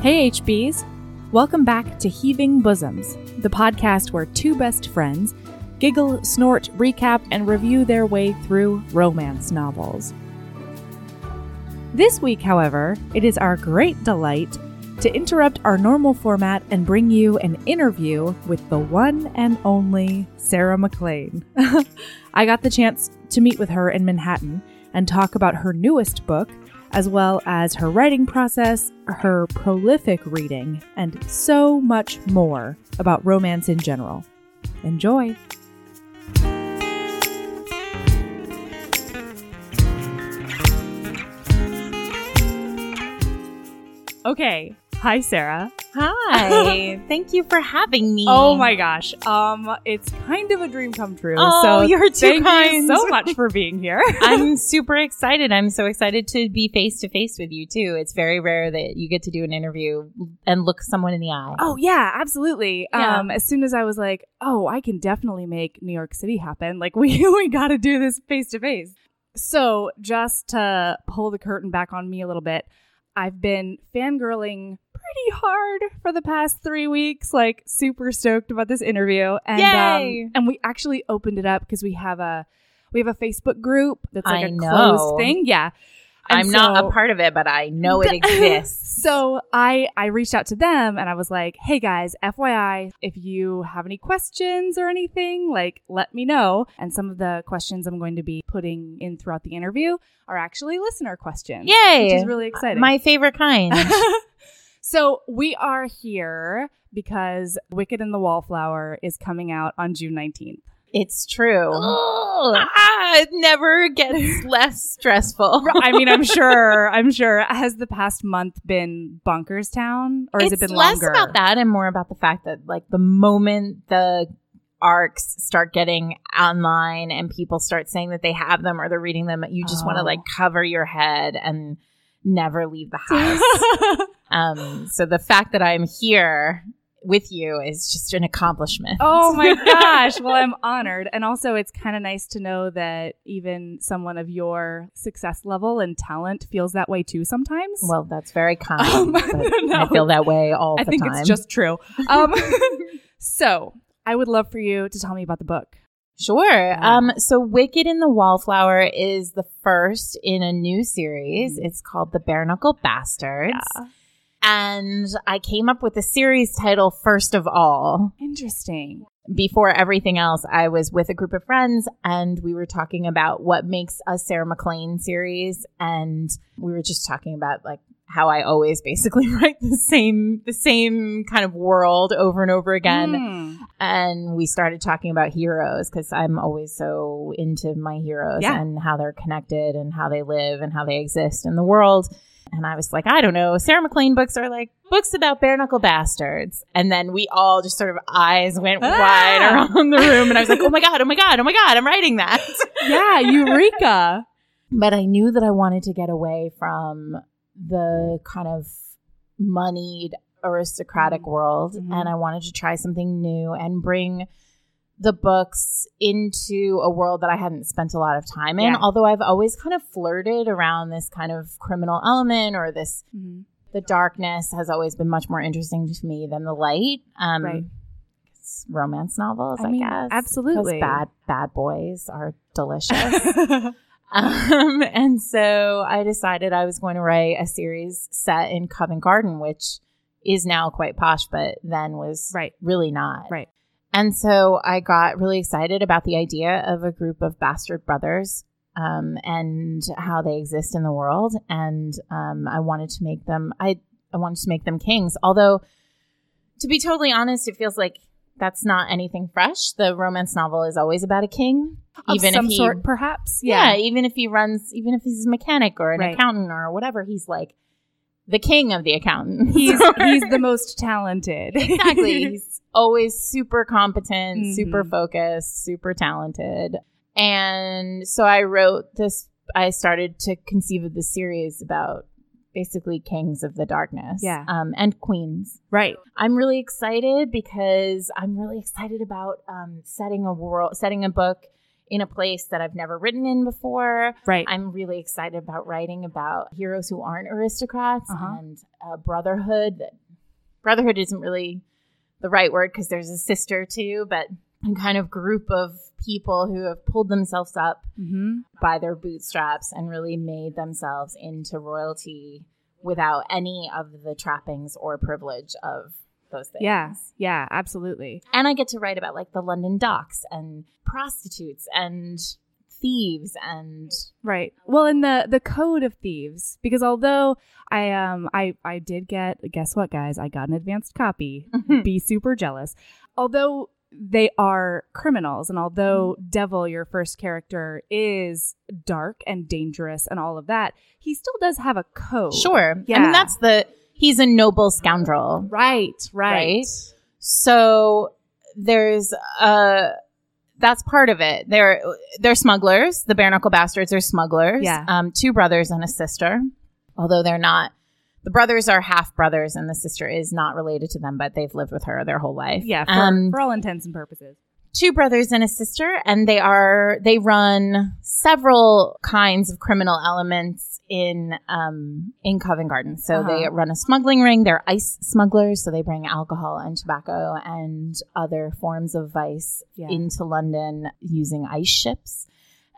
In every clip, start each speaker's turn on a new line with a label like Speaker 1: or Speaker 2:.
Speaker 1: Hey, HBs! Welcome back to Heaving Bosoms, the podcast where two best friends giggle, snort, recap, and review their way through romance novels. This week, however, it is our great delight to interrupt our normal format and bring you an interview with the one and only Sarah McLean. I got the chance to meet with her in Manhattan and talk about her newest book, as well as her writing process, her prolific reading, and so much more about romance in general. Enjoy! Okay. Hi, Sarah.
Speaker 2: Hi. Thank you for having me.
Speaker 1: Oh my gosh. Um, it's kind of a dream come true.
Speaker 2: Oh,
Speaker 1: so
Speaker 2: you're too
Speaker 1: thank
Speaker 2: kind.
Speaker 1: you so much for being here.
Speaker 2: I'm super excited. I'm so excited to be face to face with you too. It's very rare that you get to do an interview and look someone in the eye.
Speaker 1: Oh yeah, absolutely.
Speaker 2: Yeah.
Speaker 1: Um, as soon as I was like, oh, I can definitely make New York City happen. Like we we got to do this face to face. So just to pull the curtain back on me a little bit, I've been fangirling pretty hard for the past three weeks. Like super stoked about this interview, and
Speaker 2: Yay!
Speaker 1: Um, and we actually opened it up because we have a we have a Facebook group that's like
Speaker 2: I
Speaker 1: a
Speaker 2: know.
Speaker 1: closed thing. Yeah, And
Speaker 2: I'm not
Speaker 1: so-
Speaker 2: a part of it, but I know it exists.
Speaker 1: so I I reached out to them and I was like, "Hey guys, FYI, if you have any questions or anything, like let me know." And some of the questions I'm going to be putting in throughout the interview are actually listener questions.
Speaker 2: Yay.
Speaker 1: Which is really exciting.
Speaker 2: My favorite kind.
Speaker 1: so we are here because Wicked and the Wallflower is coming out on June 19th.
Speaker 2: it's true.
Speaker 1: Oh.
Speaker 2: Ah, it never gets less stressful.
Speaker 1: I mean, I'm sure. I'm sure. Has the past month been bonkers town, or has
Speaker 2: it's
Speaker 1: it been
Speaker 2: less
Speaker 1: longer?
Speaker 2: about that and more about the fact that like the moment the arcs start getting online and people start saying that they have them or they're reading them, you just want
Speaker 1: Oh.
Speaker 2: to like cover your head and never leave the house. um, so the fact that I'm here with you is just an accomplishment.
Speaker 1: Oh my gosh. Well, I'm honored. And also, it's kind of nice to know that even someone of your success level and talent feels that way too sometimes.
Speaker 2: Well, that's very kind.
Speaker 1: Um,
Speaker 2: but
Speaker 1: no.
Speaker 2: I feel that way all
Speaker 1: I
Speaker 2: the
Speaker 1: think
Speaker 2: time.
Speaker 1: it's just true. Um, so, I would love for you to tell me about the book.
Speaker 2: Sure.
Speaker 1: Yeah.
Speaker 2: Um, so Wicked in the Wallflower is the first in a new series.
Speaker 1: Mhm.
Speaker 2: It's called The Bare Knuckle Bastards. And I came up with the series title first of all.
Speaker 1: Interesting.
Speaker 2: Before everything else, I was with a group of friends and we were talking about what makes a Sarah McLean series. And we were just talking about like how I always basically write the same the same kind of world over and over again
Speaker 1: Hmm.
Speaker 2: and we started talking about heroes because I'm always so into my heroes
Speaker 1: Yeah.
Speaker 2: and how they're connected and how they live and how they exist in the world. And I was like, I don't know. Sarah McLean books are like books about bare knuckle bastards. And then we all just sort of eyes went
Speaker 1: Ah!
Speaker 2: wide around the room. And I was like, oh my God, oh my God, oh my God, I'm writing that.
Speaker 1: Hmm. Yeah, Eureka.
Speaker 2: but I knew that I wanted to get away from the kind of moneyed aristocratic world
Speaker 1: Mhm.
Speaker 2: and I wanted to try something new and bring the books into a world that I hadn't spent a lot of time in
Speaker 1: Yeah.
Speaker 2: although I've always kind of flirted around this kind of criminal element or this
Speaker 1: Mhm.
Speaker 2: the darkness has always been much more interesting to me than the light um
Speaker 1: Right.
Speaker 2: it's romance novels
Speaker 1: I
Speaker 2: I,
Speaker 1: mean,
Speaker 2: guess 'Cause
Speaker 1: absolutely.
Speaker 2: bad bad boys are delicious um, and so I decided I was going to write a series set in Covent Garden, which is now quite posh, but then was
Speaker 1: right.
Speaker 2: really not.
Speaker 1: Right.
Speaker 2: And so I got really excited about the idea of a group of bastard brothers um, and how they exist in the world. And um, I wanted to make them, I, I wanted to make them kings. Although, to be totally honest, it feels like that's not anything fresh. The romance novel is always about a king,
Speaker 1: Of
Speaker 2: even
Speaker 1: some
Speaker 2: if he
Speaker 1: sort, perhaps.
Speaker 2: yeah. even if he runs, even if he's a mechanic or an
Speaker 1: Right.
Speaker 2: accountant or whatever, he's like the king of the accountants.
Speaker 1: He's,
Speaker 2: Or-
Speaker 1: he's the most talented.
Speaker 2: exactly. He's always super competent, super
Speaker 1: Mhm.
Speaker 2: focused, super talented. And so I wrote this. I started to conceive of the series about basically kings of the darkness,
Speaker 1: Yeah.
Speaker 2: um, and queens.
Speaker 1: right.
Speaker 2: I'm really excited because I'm really excited about um, setting a world, setting a book in a place that I've never written in before.
Speaker 1: Right.
Speaker 2: I'm really excited about writing about heroes who aren't aristocrats
Speaker 1: Uh-huh.
Speaker 2: and uh, brotherhood. Brotherhood isn't really the right word because there's a sister too, but a kind of group of people who have pulled themselves up
Speaker 1: mm-hmm.
Speaker 2: by their bootstraps and really made themselves into royalty without any of the trappings or privilege of those things.
Speaker 1: Yeah. Yeah. Absolutely.
Speaker 2: And I get to write about like the London docks and prostitutes and thieves and
Speaker 1: Right. Well, in the the code of thieves, because although I um I I did get guess what guys I got an advanced copy.
Speaker 2: Hmm.
Speaker 1: Be super jealous. Although they are criminals, and although
Speaker 2: Hmm.
Speaker 1: Devil, your first character, is dark and dangerous and all of that, he still does have a code.
Speaker 2: sure. I
Speaker 1: Yeah.
Speaker 2: mean that's the he's a noble scoundrel.
Speaker 1: Right. Right.
Speaker 2: Right. So there's uh that's part of it. They're they're smugglers. The bare knuckle bastards are smugglers.
Speaker 1: Yeah.
Speaker 2: Um, two brothers and a sister. Although they're not the brothers are half brothers and the sister is not related to them, but they've lived with her their whole life.
Speaker 1: Yeah. For,
Speaker 2: Um,
Speaker 1: for all intents and purposes.
Speaker 2: two brothers and a sister, and they are they run several kinds of criminal elements in um, in Covent Garden. So
Speaker 1: Uh-huh.
Speaker 2: they run a smuggling ring. They're ice smugglers, so they bring alcohol and tobacco and other forms of vice
Speaker 1: Yeah.
Speaker 2: into London using ice ships.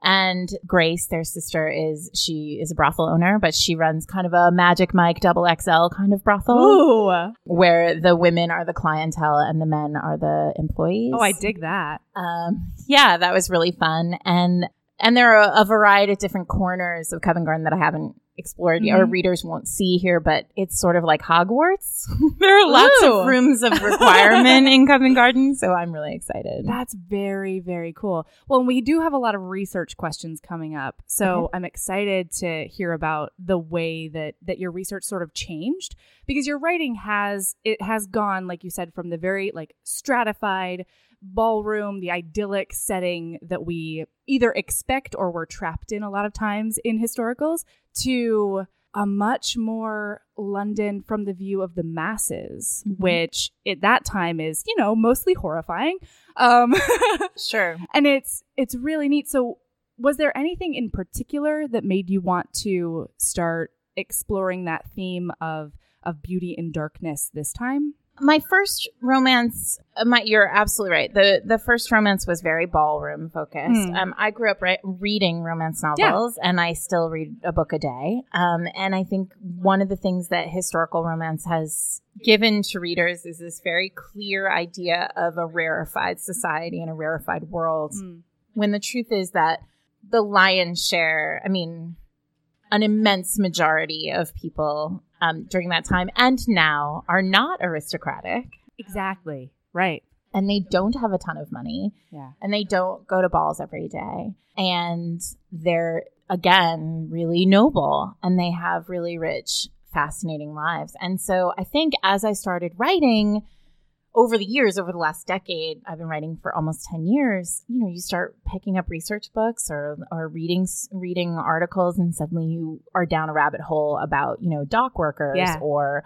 Speaker 2: And Grace, their sister, is she is a brothel owner, but she runs kind of a Magic Mike Double XL kind of brothel
Speaker 1: Ooh.
Speaker 2: where the women are the clientele and the men are the employees
Speaker 1: Oh, I dig that.
Speaker 2: um, yeah, that was really fun. And and there are a variety of different corners of Covent Garden that I haven't explored yet, or
Speaker 1: Mhm.
Speaker 2: readers won't see here, but it's sort of like Hogwarts. there are lots
Speaker 1: Ooh.
Speaker 2: of rooms of requirement in Covent Garden, so I'm really excited.
Speaker 1: That's very, very cool. Well, and we do have a lot of research questions coming up. So I'm excited to hear about the way that, that your research sort of changed because your writing has it has gone, like you said, from the very like stratified ballroom, the idyllic setting that we either expect or we're trapped in a lot of times in historicals to a much more London from the view of the masses,
Speaker 2: Mhm.
Speaker 1: which at that time is, you know, mostly horrifying. Um,
Speaker 2: Sure.
Speaker 1: and it's it's really neat. So, was there anything in particular that made you want to start exploring that theme of of beauty and darkness this time?
Speaker 2: My first romance, uh, my you're absolutely right. The the first romance was very ballroom focused.
Speaker 1: Hmm.
Speaker 2: Um, I grew up right, reading romance novels, and I still read a book a day. Um, and I think one of the things that historical romance has given to readers is this very clear idea of a rarefied society and a rarefied
Speaker 1: Hmm.
Speaker 2: world. When the truth is that the lion's share, I mean, an immense majority of people um, during that time and now are not aristocratic
Speaker 1: Exactly. Right.
Speaker 2: and they don't have a ton of money
Speaker 1: Yeah.
Speaker 2: and they don't go to balls every day and they're again really noble and they have really rich fascinating lives and so i think as i started writing over the years over the last decade i've been writing for almost 10 years you know you start picking up research books or or reading s- reading articles and suddenly you are down a rabbit hole about you know dock workers
Speaker 1: Yeah.
Speaker 2: or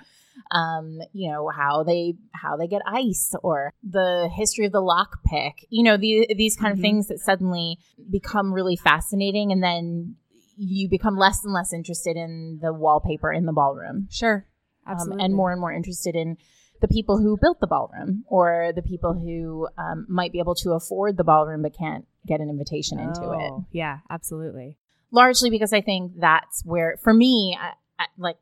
Speaker 2: um, you know how they how they get ice or the history of the lockpick. You know these these kind
Speaker 1: Mhm.
Speaker 2: of things that suddenly become really fascinating, and then you become less and less interested in the wallpaper in the ballroom,
Speaker 1: Sure.
Speaker 2: um,
Speaker 1: Absolutely.
Speaker 2: and more and more interested in the people who built the ballroom or the people who um, might be able to afford the ballroom but can't get an invitation into it
Speaker 1: Oh, Yeah. Absolutely.
Speaker 2: largely because I think that's where, for me, I, I, like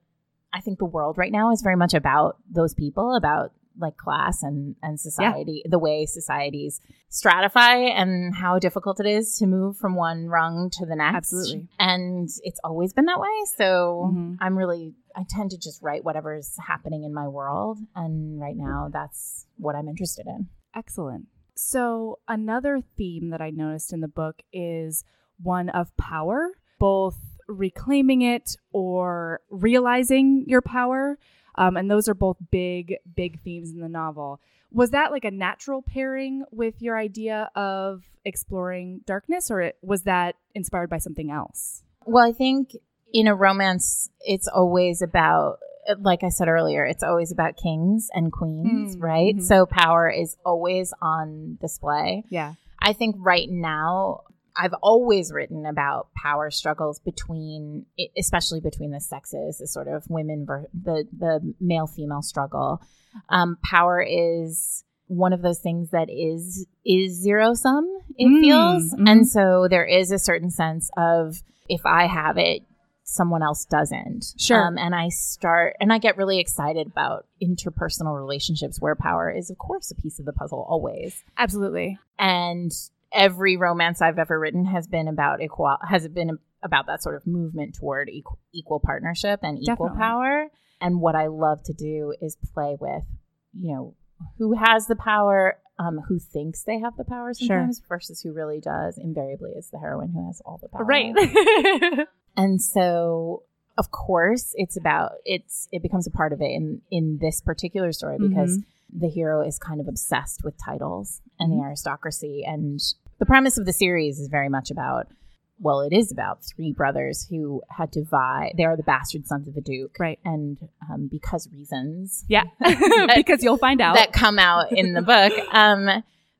Speaker 2: I think the world right now is very much about those people, about like class and and society, the way societies stratify and how difficult it is to move from one rung to the next.
Speaker 1: Absolutely.
Speaker 2: and it's always been that way. So
Speaker 1: Mhm.
Speaker 2: I'm really. I tend to just write whatever's happening in my world. And right now, that's what I'm interested in.
Speaker 1: Excellent. So, another theme that I noticed in the book is one of power, both reclaiming it or realizing your power. Um, and those are both big, big themes in the novel. Was that like a natural pairing with your idea of exploring darkness, or it, was that inspired by something else?
Speaker 2: Well, I think in a romance, it's always about, like I said earlier, it's always about kings and queens,
Speaker 1: Mm,
Speaker 2: right?
Speaker 1: mhm.
Speaker 2: So power is always on display.
Speaker 1: Yeah.
Speaker 2: I think right now, I've always written about power struggles between, e, especially between the sexes, the sort of women, ver- the the male female struggle. Um, power is one of those things that is is zero sum. It
Speaker 1: Mm,
Speaker 2: feels,
Speaker 1: mhm.
Speaker 2: and so there is a certain sense of if I have it, someone else doesn't. Um,
Speaker 1: Sure.
Speaker 2: and I start, and I get really excited about interpersonal relationships where power is, of course, a piece of the puzzle always
Speaker 1: Absolutely.
Speaker 2: and every romance I've ever written has been about equal has been about that sort of movement toward equal, equal partnership and equal
Speaker 1: Definitely.
Speaker 2: power. And what I love to do is play with, you know, who has the power, um, who thinks they have the power
Speaker 1: Sure.
Speaker 2: sometimes versus who really does. Invariably, it's the heroine who has all the power.
Speaker 1: Right.
Speaker 2: And so, of course, it's about it's it becomes a part of it in in this particular story
Speaker 1: Mm-hmm.
Speaker 2: because the hero is kind of obsessed with titles and
Speaker 1: Mm-hmm.
Speaker 2: the aristocracy and the premise of the series is very much about well, it is about three brothers who had to vie. They are the bastard sons of a duke,
Speaker 1: Right.
Speaker 2: And um, because reasons
Speaker 1: yeah. because you'll find out.
Speaker 2: that come out in the book, um,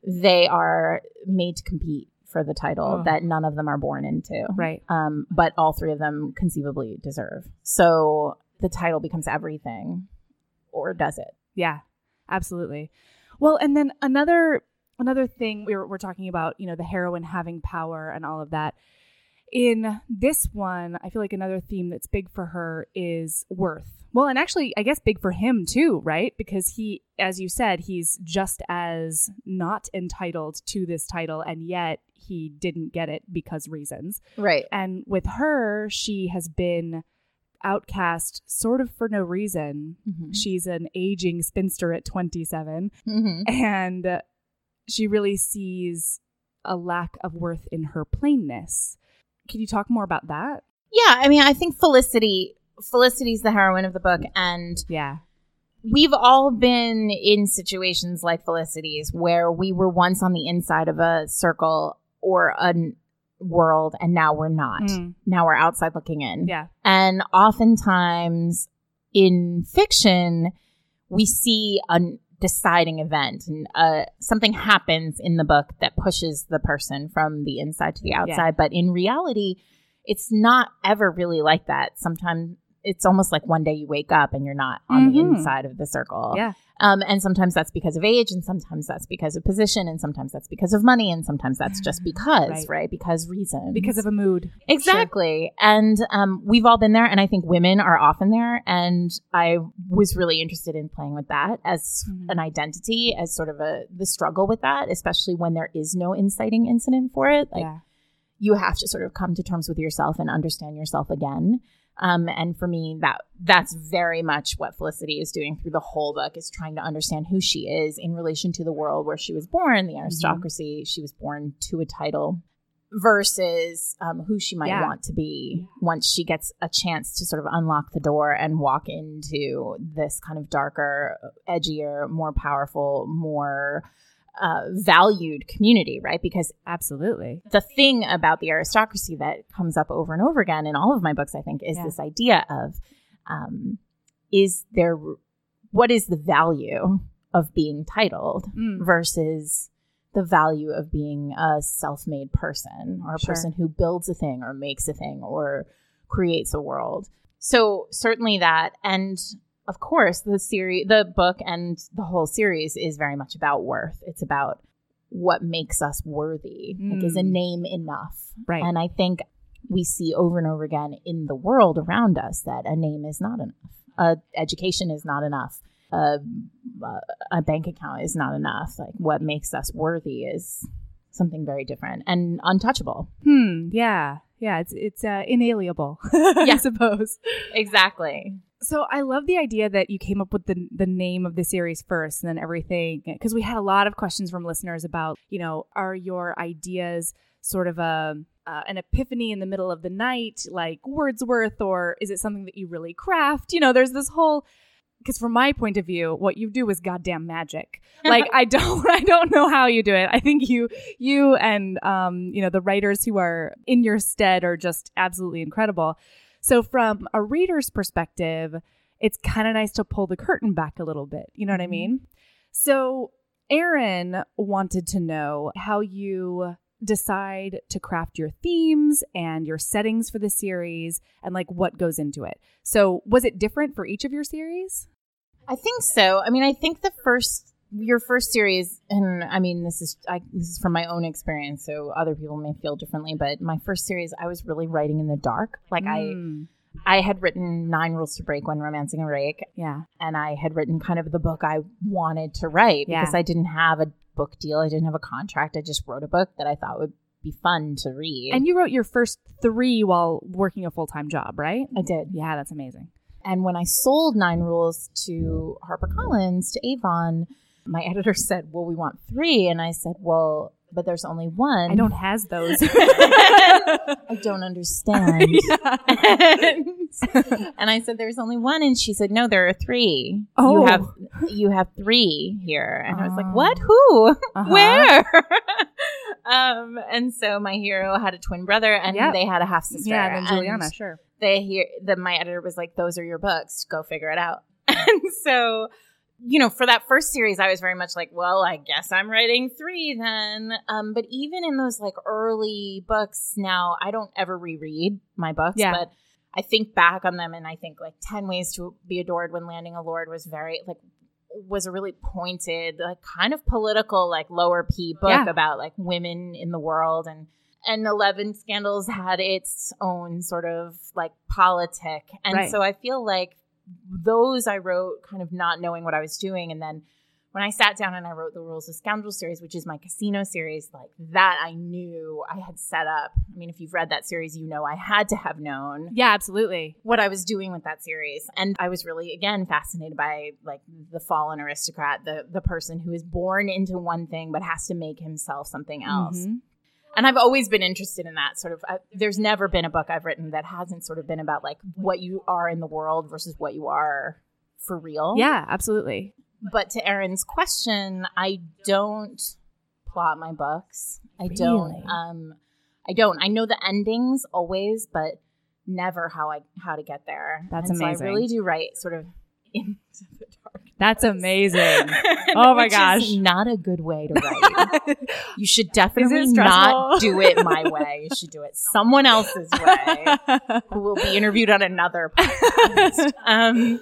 Speaker 2: they are made to compete for the title
Speaker 1: Oh.
Speaker 2: that none of them are born into
Speaker 1: right.
Speaker 2: um, but all three of them conceivably deserve. So the title becomes everything, or does it?
Speaker 1: Yeah, absolutely. Well, and then another another thing we were, we're talking about, you know, the heroine having power and all of that. In this one, I feel like another theme that's big for her is worth. Well, and actually, I guess big for him too, right? Because he, as you said, he's just as not entitled to this title, and yet he didn't get it because reasons.
Speaker 2: Right.
Speaker 1: And with her, she has been outcast sort of for no reason.
Speaker 2: Mhm.
Speaker 1: She's an aging spinster at 27,
Speaker 2: Mm-hmm.
Speaker 1: and uh, she really sees a lack of worth in her plainness. Can you talk more about that?
Speaker 2: Yeah, I mean, I think Felicity. Felicity's the heroine of the book, and
Speaker 1: Yeah.
Speaker 2: we've all been in situations like Felicity's where we were once on the inside of a circle or a n- world, and now we're not. Now we're outside looking in.
Speaker 1: Mm. Yeah.
Speaker 2: And oftentimes in fiction, we see a deciding event and uh, something happens in the book that pushes the person from the inside to the outside. But in reality, it's not ever really like that. Sometimes it's almost like one day you wake up and you're not on
Speaker 1: Mhm.
Speaker 2: the inside of the circle.
Speaker 1: Yeah.
Speaker 2: Um, and sometimes that's because of age, and sometimes that's because of position, and sometimes that's because of money, and sometimes that's just because,
Speaker 1: Right.
Speaker 2: right? Because reason.
Speaker 1: Because of a mood.
Speaker 2: Exactly. And um, we've all been there, and I think women are often there. And I was really interested in playing with that as
Speaker 1: Mhm.
Speaker 2: an identity, as sort of a the struggle with that, especially when there is no inciting incident for it. Like
Speaker 1: yeah.
Speaker 2: you have to sort of come to terms with yourself and understand yourself again. Um, and for me, that that's very much what Felicity is doing through the whole book is trying to understand who she is in relation to the world where she was born,
Speaker 1: Mm-hmm.
Speaker 2: the aristocracy. She was born to a title versus um, who she might
Speaker 1: Yeah.
Speaker 2: want to be
Speaker 1: Yeah.
Speaker 2: once she gets a chance to sort of unlock the door and walk into this kind of darker, edgier, more powerful, more uh, valued community, right? Because
Speaker 1: Absolutely.
Speaker 2: the thing about the aristocracy that comes up over and over again in all of my books, I think, is
Speaker 1: Yeah.
Speaker 2: this idea of um, is there what is the value of being titled
Speaker 1: Mm.
Speaker 2: versus the value of being a self-made person or a
Speaker 1: Sure.
Speaker 2: person who builds a thing or makes a thing or creates a world. So certainly that and of course the series the book and the whole series is very much about worth. It's about what makes us worthy. Like is a
Speaker 1: Mm.
Speaker 2: name enough?
Speaker 1: Right.
Speaker 2: And I think we see over and over again in the world around us that a name is not enough. Uh, education is not enough. A, a bank account is not enough. Like what makes us worthy is something very different and untouchable.
Speaker 1: hmm. Yeah. Yeah. It's it's uh, inalienable. I
Speaker 2: Yeah.
Speaker 1: suppose.
Speaker 2: Exactly.
Speaker 1: So I love the idea that you came up with the the name of the series first and then everything because we had a lot of questions from listeners about, you know, are your ideas sort of a uh, an epiphany in the middle of the night like Wordsworth or is it something that you really craft? You know, there's this whole because from my point of view, what you do is goddamn magic. Like I don't, I don't know how you do it. I think you, you and um, you know, the writers who are in your stead are just absolutely incredible. So from a reader's perspective, it's kind of nice to pull the curtain back a little bit. You know what I mean? So Aaron wanted to know how you decide to craft your themes and your settings for the series and like what goes into it. So, was it different for each of your series?
Speaker 2: I think so. I mean, I think the first your first series, and I mean, this is I, this is from my own experience, so other people may feel differently. But my first series, I was really writing in the dark. Like
Speaker 1: Mm,
Speaker 2: I, I had written nine rules to break when romancing a rake,
Speaker 1: yeah.
Speaker 2: and I had written kind of the book I wanted to write
Speaker 1: Yeah.
Speaker 2: because I didn't have a book deal, I didn't have a contract. I just wrote a book that I thought would be fun to read.
Speaker 1: And you wrote your first 3 while working a full-time job, right?
Speaker 2: I did.
Speaker 1: Yeah, that's amazing.
Speaker 2: And when I sold Nine Rules to HarperCollins, to Avon, my editor said, Well, we want three. And I said, Well, but there's only one.
Speaker 1: I don't has those.
Speaker 2: I don't understand. and I said, There's only one. And she said, No, there are three.
Speaker 1: Oh.
Speaker 2: You have you have three here. And I was
Speaker 1: Oh.
Speaker 2: like, What? Who?
Speaker 1: Uh-huh.
Speaker 2: Where? um, and so my hero had a twin brother and
Speaker 1: Yep.
Speaker 2: they had a half sister.
Speaker 1: Yeah, then Juliana,
Speaker 2: And
Speaker 1: sure.
Speaker 2: they hear that my editor was like, "Those are your books. Go figure it out." And so, you know, for that first series, I was very much like, "Well, I guess I'm writing three then." Um, but even in those like early books, now I don't ever reread my books,
Speaker 1: Yeah.
Speaker 2: but. I think back on them and I think like 10 Ways to Be Adored when Landing a Lord was very, like, was a really pointed, like, kind of political, like, lower P book
Speaker 1: Yeah.
Speaker 2: about like women in the world and and 11 scandals had its own sort of like politic and
Speaker 1: Right.
Speaker 2: so i feel like those i wrote kind of not knowing what i was doing and then when i sat down and i wrote the rules of scoundrels series which is my casino series like that i knew i had set up i mean if you've read that series you know i had to have known
Speaker 1: Yeah, absolutely.
Speaker 2: what I was doing with that series. And I was really again fascinated by like the fallen aristocrat, the the person who is born into one thing but has to make himself something else.
Speaker 1: Mhm.
Speaker 2: And I've always been interested in that sort of I, there's never been a book I've written that hasn't sort of been about like what you are in the world versus what you are for real.
Speaker 1: Yeah, absolutely.
Speaker 2: But to Erin's question, I don't plot my books. I
Speaker 1: Really?
Speaker 2: don't. Um, I don't. I know the endings always, but never how I how to get there.
Speaker 1: That's
Speaker 2: And So
Speaker 1: amazing.
Speaker 2: I really do write sort of into the dark.
Speaker 1: That's amazing.
Speaker 2: Oh
Speaker 1: my gosh.
Speaker 2: not a good way to write. you should definitely
Speaker 1: stressful?
Speaker 2: not do it my way. You should do it someone else's way who will be interviewed on another podcast. um,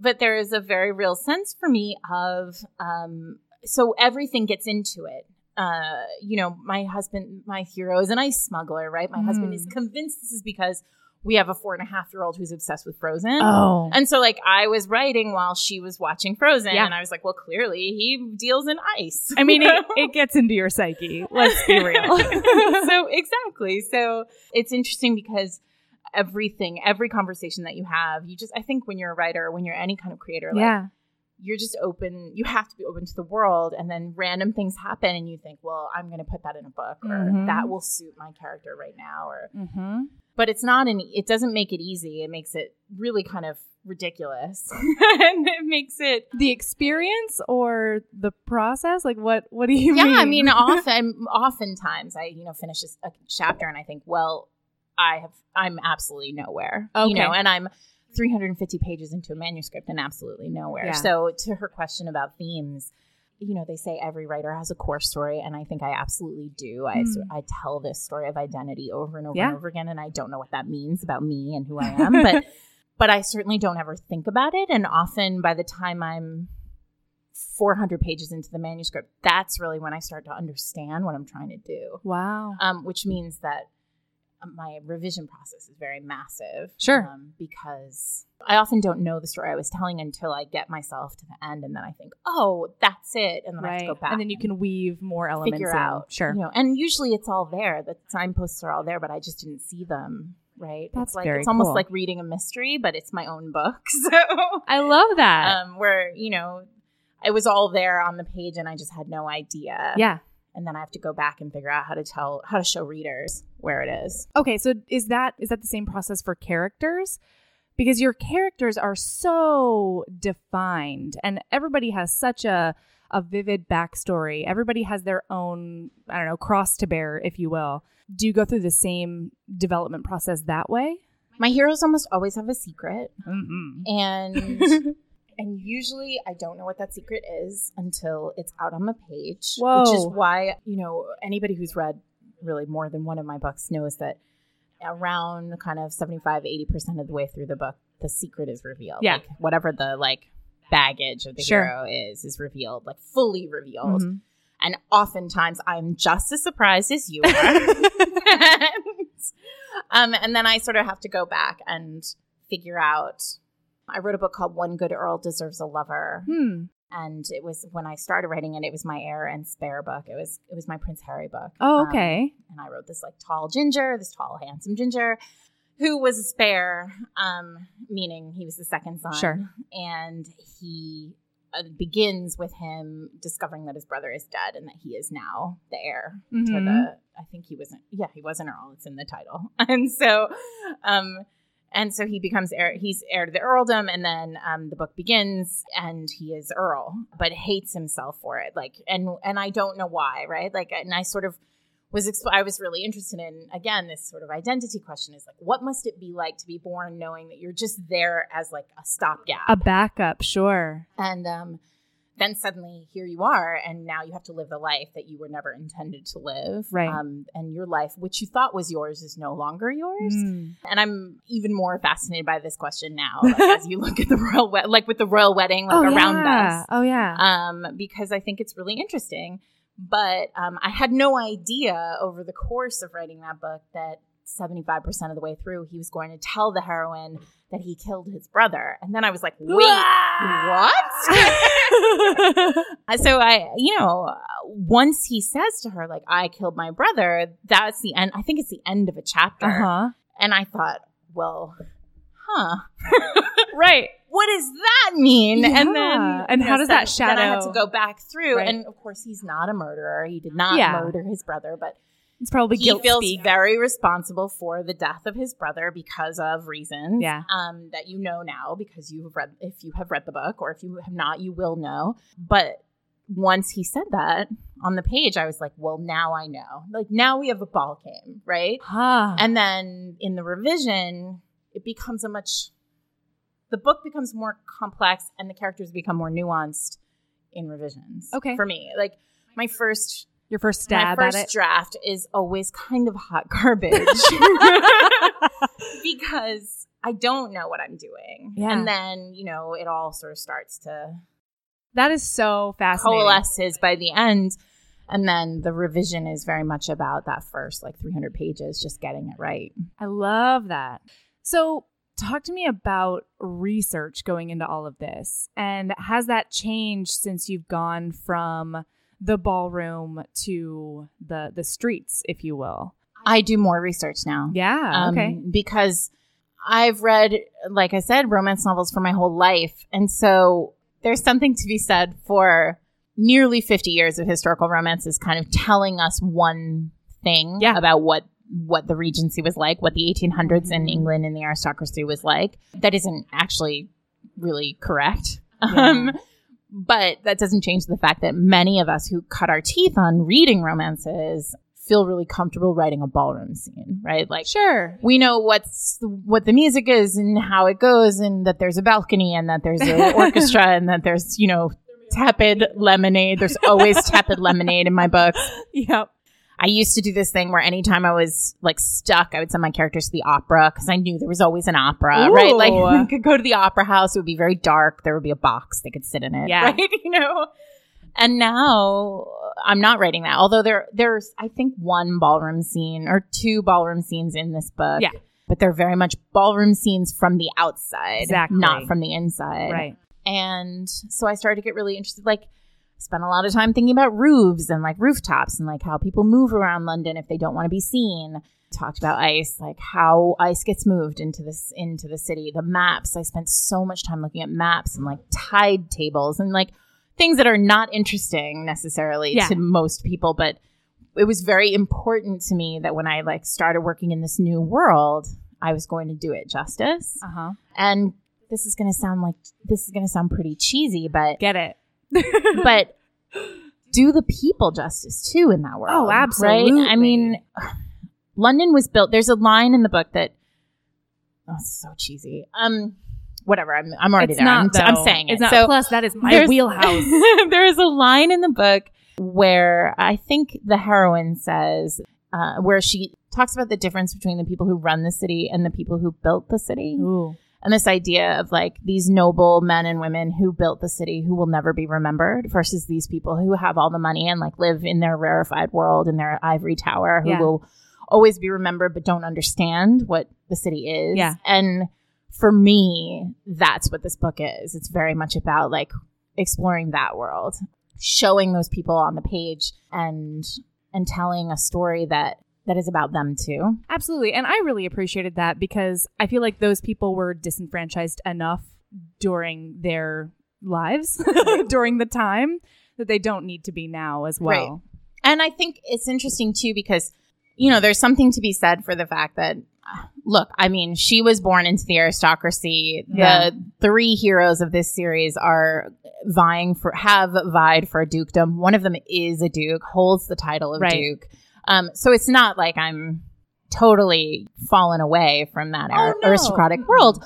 Speaker 2: but there is a very real sense for me of um, so everything gets into it. Uh, you know, my husband, my hero is an ice smuggler, right? My husband
Speaker 1: Mm.
Speaker 2: is convinced this is because we have a four and a half year old who's obsessed with Frozen.
Speaker 1: oh.
Speaker 2: And so, like, I was writing while she was watching Frozen,
Speaker 1: Yeah.
Speaker 2: and I was like, well, clearly he deals in ice.
Speaker 1: I mean, it, it gets into your psyche. Let's be real.
Speaker 2: so exactly. So it's interesting because everything, every conversation that you have, you just I think when you're a writer, when you're any kind of creator, like
Speaker 1: yeah.
Speaker 2: you're just open, you have to be open to the world and then random things happen and you think, well, I'm gonna put that in a book or
Speaker 1: Mhm.
Speaker 2: that will suit my character right now or
Speaker 1: Mm-hmm.
Speaker 2: but it's not an it doesn't make it easy. It makes it really kind of ridiculous. and it makes it
Speaker 1: The experience or the process? Like, what? What do you
Speaker 2: yeah,
Speaker 1: mean?
Speaker 2: I mean, often, oftentimes, I you know finish this- a chapter and I think, well, I have, I'm absolutely nowhere.
Speaker 1: Okay.
Speaker 2: You know, and I'm 350 pages into a manuscript and absolutely nowhere.
Speaker 1: Yeah.
Speaker 2: So, to her question about themes, you know, they say every writer has a core story, and I think I absolutely do. I
Speaker 1: Hmm.
Speaker 2: I tell this story of identity over and over
Speaker 1: Yeah.
Speaker 2: and over again, and I don't know what that means about me and who I am, but but I certainly don't ever think about it. And often by the time I'm 400 pages into the manuscript, that's really when I start to understand what I'm trying to do,
Speaker 1: wow.
Speaker 2: um, which means that my revision process is very massive.
Speaker 1: Sure.
Speaker 2: Um, because I often don't know the story I was telling until I get myself to the end. And then I think, oh, that's it. And then I have
Speaker 1: right.
Speaker 2: to go back.
Speaker 1: and then you can weave more elements
Speaker 2: figure
Speaker 1: in.
Speaker 2: out.
Speaker 1: Sure.
Speaker 2: You know, and usually it's all there. The signposts are all there, but I just didn't see them. Right.
Speaker 1: That's
Speaker 2: it's like
Speaker 1: very
Speaker 2: it's almost
Speaker 1: cool.
Speaker 2: like reading a mystery, but it's my own book. So
Speaker 1: I love that.
Speaker 2: um, where you know it was all there on the page and I just had no idea.
Speaker 1: yeah.
Speaker 2: And then I have to go back and figure out how to tell how to show readers where it is.
Speaker 1: Okay. So is that is that the same process for characters? Because your characters are so defined, and everybody has such a a vivid backstory. Everybody has their own, I don't know, cross to bear, if you will. Do you go through the same development process that way?
Speaker 2: My heroes almost always have a secret,
Speaker 1: Mm-hmm.
Speaker 2: and and usually I don't know what that secret is until it's out on the page, which is
Speaker 1: Whoa.
Speaker 2: why you know anybody who's read really more than one of my books knows that around kind of 75, 80% of the way through the book, the secret is revealed.
Speaker 1: Yeah.
Speaker 2: Like, whatever the like baggage of the
Speaker 1: Sure.
Speaker 2: hero is, is revealed, like fully revealed.
Speaker 1: Mhm.
Speaker 2: And oftentimes I'm just as surprised as you are. um, and then I sort of have to go back and figure out. I wrote a book called One Good Earl Deserves a Lover
Speaker 1: hmm.
Speaker 2: and it was when I started writing it. It was my heir and spare book. It was it was my Prince Harry book.
Speaker 1: Oh,
Speaker 2: Um,
Speaker 1: okay.
Speaker 2: and I wrote this like tall ginger, this tall handsome ginger, who was a spare, um, meaning he was the second son.
Speaker 1: Sure.
Speaker 2: and he uh, begins with him discovering that his brother is dead and that he is now the heir to
Speaker 1: Mhm.
Speaker 2: the. I think he wasn't. Yeah, he wasn't Earl. It's in the title, and so, um, and so he becomes heir. He's heir to the earldom, and then um, the book begins, and he is earl, but hates himself for it. Like, and and I don't know why, right? Like, and I sort of was exp- I was really interested in again this sort of identity question is like, what must it be like to be born knowing that you're just there as like a stopgap,
Speaker 1: A backup, sure.
Speaker 2: and um, then suddenly here you are, and now you have to live the life that you were never intended to live,
Speaker 1: Right.
Speaker 2: Um, and your life, which you thought was yours, is no longer yours.
Speaker 1: Mm.
Speaker 2: And I'm even more fascinated by this question now, like, as you look at the royal, we- like with the royal wedding, like around
Speaker 1: Oh, yeah.
Speaker 2: us,
Speaker 1: Oh yeah.
Speaker 2: um, because I think it's really interesting. But um, I had no idea over the course of writing that book that 75% of the way through, he was going to tell the heroine that he killed his brother. And then I was like, wait,
Speaker 1: what?
Speaker 2: Uh, So I, you know, uh, once he says to her, like, I killed my brother, that's the end. I think it's the end of a chapter.
Speaker 1: uh huh.
Speaker 2: And I thought, well, huh,
Speaker 1: Right.
Speaker 2: what does that mean? And then,
Speaker 1: Yeah. And how
Speaker 2: you know,
Speaker 1: does
Speaker 2: so
Speaker 1: that
Speaker 2: Then I had
Speaker 1: shadow-
Speaker 2: to go back through.
Speaker 1: Right.
Speaker 2: And of course, he's not a murderer. He did not
Speaker 1: Yeah.
Speaker 2: murder his brother, but
Speaker 1: It's probably
Speaker 2: he
Speaker 1: guilt
Speaker 2: feels
Speaker 1: speak.
Speaker 2: very responsible for the death of his brother because of reasons
Speaker 1: Yeah.
Speaker 2: um, that you know now because you've read if you have read the book or if you have not you will know but once he said that on the page i was like well now i know like now we have a ball game right
Speaker 1: Huh.
Speaker 2: and then in the revision it becomes a much the book becomes more complex and the characters become more nuanced in revisions
Speaker 1: Okay.
Speaker 2: for me like my first
Speaker 1: Your first stab
Speaker 2: my first
Speaker 1: at it.
Speaker 2: draft is always kind of hot garbage because I don't know what I'm doing.
Speaker 1: Yeah.
Speaker 2: And then, you know, it all sort of starts to
Speaker 1: that is so fascinating.
Speaker 2: coalesces by the end. And then the revision is very much about that first like 300 pages, just getting it right.
Speaker 1: I love that. So, talk to me about research going into all of this. And has that changed since you've gone from the ballroom to the the streets, if you will?
Speaker 2: I do more research now.
Speaker 1: Yeah.
Speaker 2: um,
Speaker 1: okay.
Speaker 2: Because I've read, like I said, romance novels for my whole life. And so there's something to be said for nearly 50 years of historical romances kind of telling us one thing
Speaker 1: Yeah.
Speaker 2: about what what the regency was like what the 1800s in
Speaker 1: Mhm.
Speaker 2: england and the aristocracy was like that isn't actually really correct
Speaker 1: Yeah.
Speaker 2: um, but that doesn't change the fact that many of us who cut our teeth on reading romances feel really comfortable writing a ballroom scene right like
Speaker 1: Sure.
Speaker 2: we know what's what the music is and how it goes and that there's a balcony and that there's an orchestra and that there's you know tepid lemonade there's always tepid lemonade in my books
Speaker 1: Yep.
Speaker 2: i used to do this thing where anytime i was like stuck i would send my characters to the opera because i knew there was always an opera
Speaker 1: Ooh.
Speaker 2: right like we could go to the opera house it would be very dark there would be a box they could sit in it
Speaker 1: Yeah.
Speaker 2: right you know and now I'm not writing that. Although there there's I think one ballroom scene or two ballroom scenes in this book.
Speaker 1: Yeah.
Speaker 2: But they're very much ballroom scenes from the outside,
Speaker 1: Exactly.
Speaker 2: not from the inside.
Speaker 1: Right.
Speaker 2: And so I started to get really interested like spent a lot of time thinking about roofs and like rooftops and like how people move around London if they don't want to be seen. Talked about ice, like how ice gets moved into this into the city. The maps. I spent so much time looking at maps and like tide tables and like things that are not interesting necessarily
Speaker 1: Yeah.
Speaker 2: to most people, but it was very important to me that when I like started working in this new world, I was going to do it justice.
Speaker 1: Uh huh.
Speaker 2: And this is going to sound like this is going to sound pretty cheesy, but
Speaker 1: Get it.
Speaker 2: but do the people justice too in that world.
Speaker 1: Oh,
Speaker 2: Right? I mean, London was built. There's a line in the book that oh, it's so cheesy. Um, whatever. I'm I'm already
Speaker 1: it's
Speaker 2: there.
Speaker 1: not.
Speaker 2: I'm,
Speaker 1: though.
Speaker 2: I'm saying it.
Speaker 1: It's not.
Speaker 2: so
Speaker 1: plus, that is my
Speaker 2: there's-
Speaker 1: wheelhouse.
Speaker 2: there is a line in the book where I think the heroine says, uh, where she talks about the difference between the people who run the city and the people who built the city.
Speaker 1: Ooh.
Speaker 2: And this idea of like these noble men and women who built the city who will never be remembered versus these people who have all the money and like live in their rarefied world in their ivory tower who
Speaker 1: Yeah.
Speaker 2: will always be remembered but don't understand what the city is.
Speaker 1: Yeah.
Speaker 2: And for me, that's what this book is. It's very much about like exploring that world, showing those people on the page and and telling a story that that is about them too.
Speaker 1: Absolutely. And I really appreciated that because I feel like those people were disenfranchised enough during their lives, during the time that they don't need to be now as well.
Speaker 2: And I think it's interesting too because, you know, there's something to be said for the fact that, uh, look, I mean, she was born into the aristocracy.
Speaker 1: Yeah.
Speaker 2: The three heroes of this series are vying for, have vied for a dukedom. One of them is a duke, holds the title of
Speaker 1: Right.
Speaker 2: duke. Um, so it's not like I'm totally fallen away from that ar-
Speaker 1: Oh, no.
Speaker 2: aristocratic
Speaker 1: Mhm.
Speaker 2: world,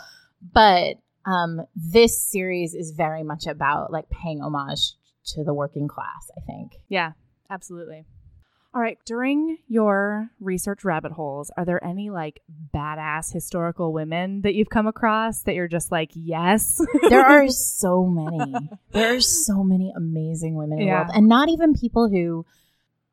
Speaker 2: but um, this series is very much about like paying homage to the working class. I think.
Speaker 1: Yeah, absolutely. All right. During your research rabbit holes, are there any like badass historical women that you've come across that you're just like, yes?
Speaker 2: there are so many. There are so many amazing women in
Speaker 1: Yeah.
Speaker 2: the world, and not even people who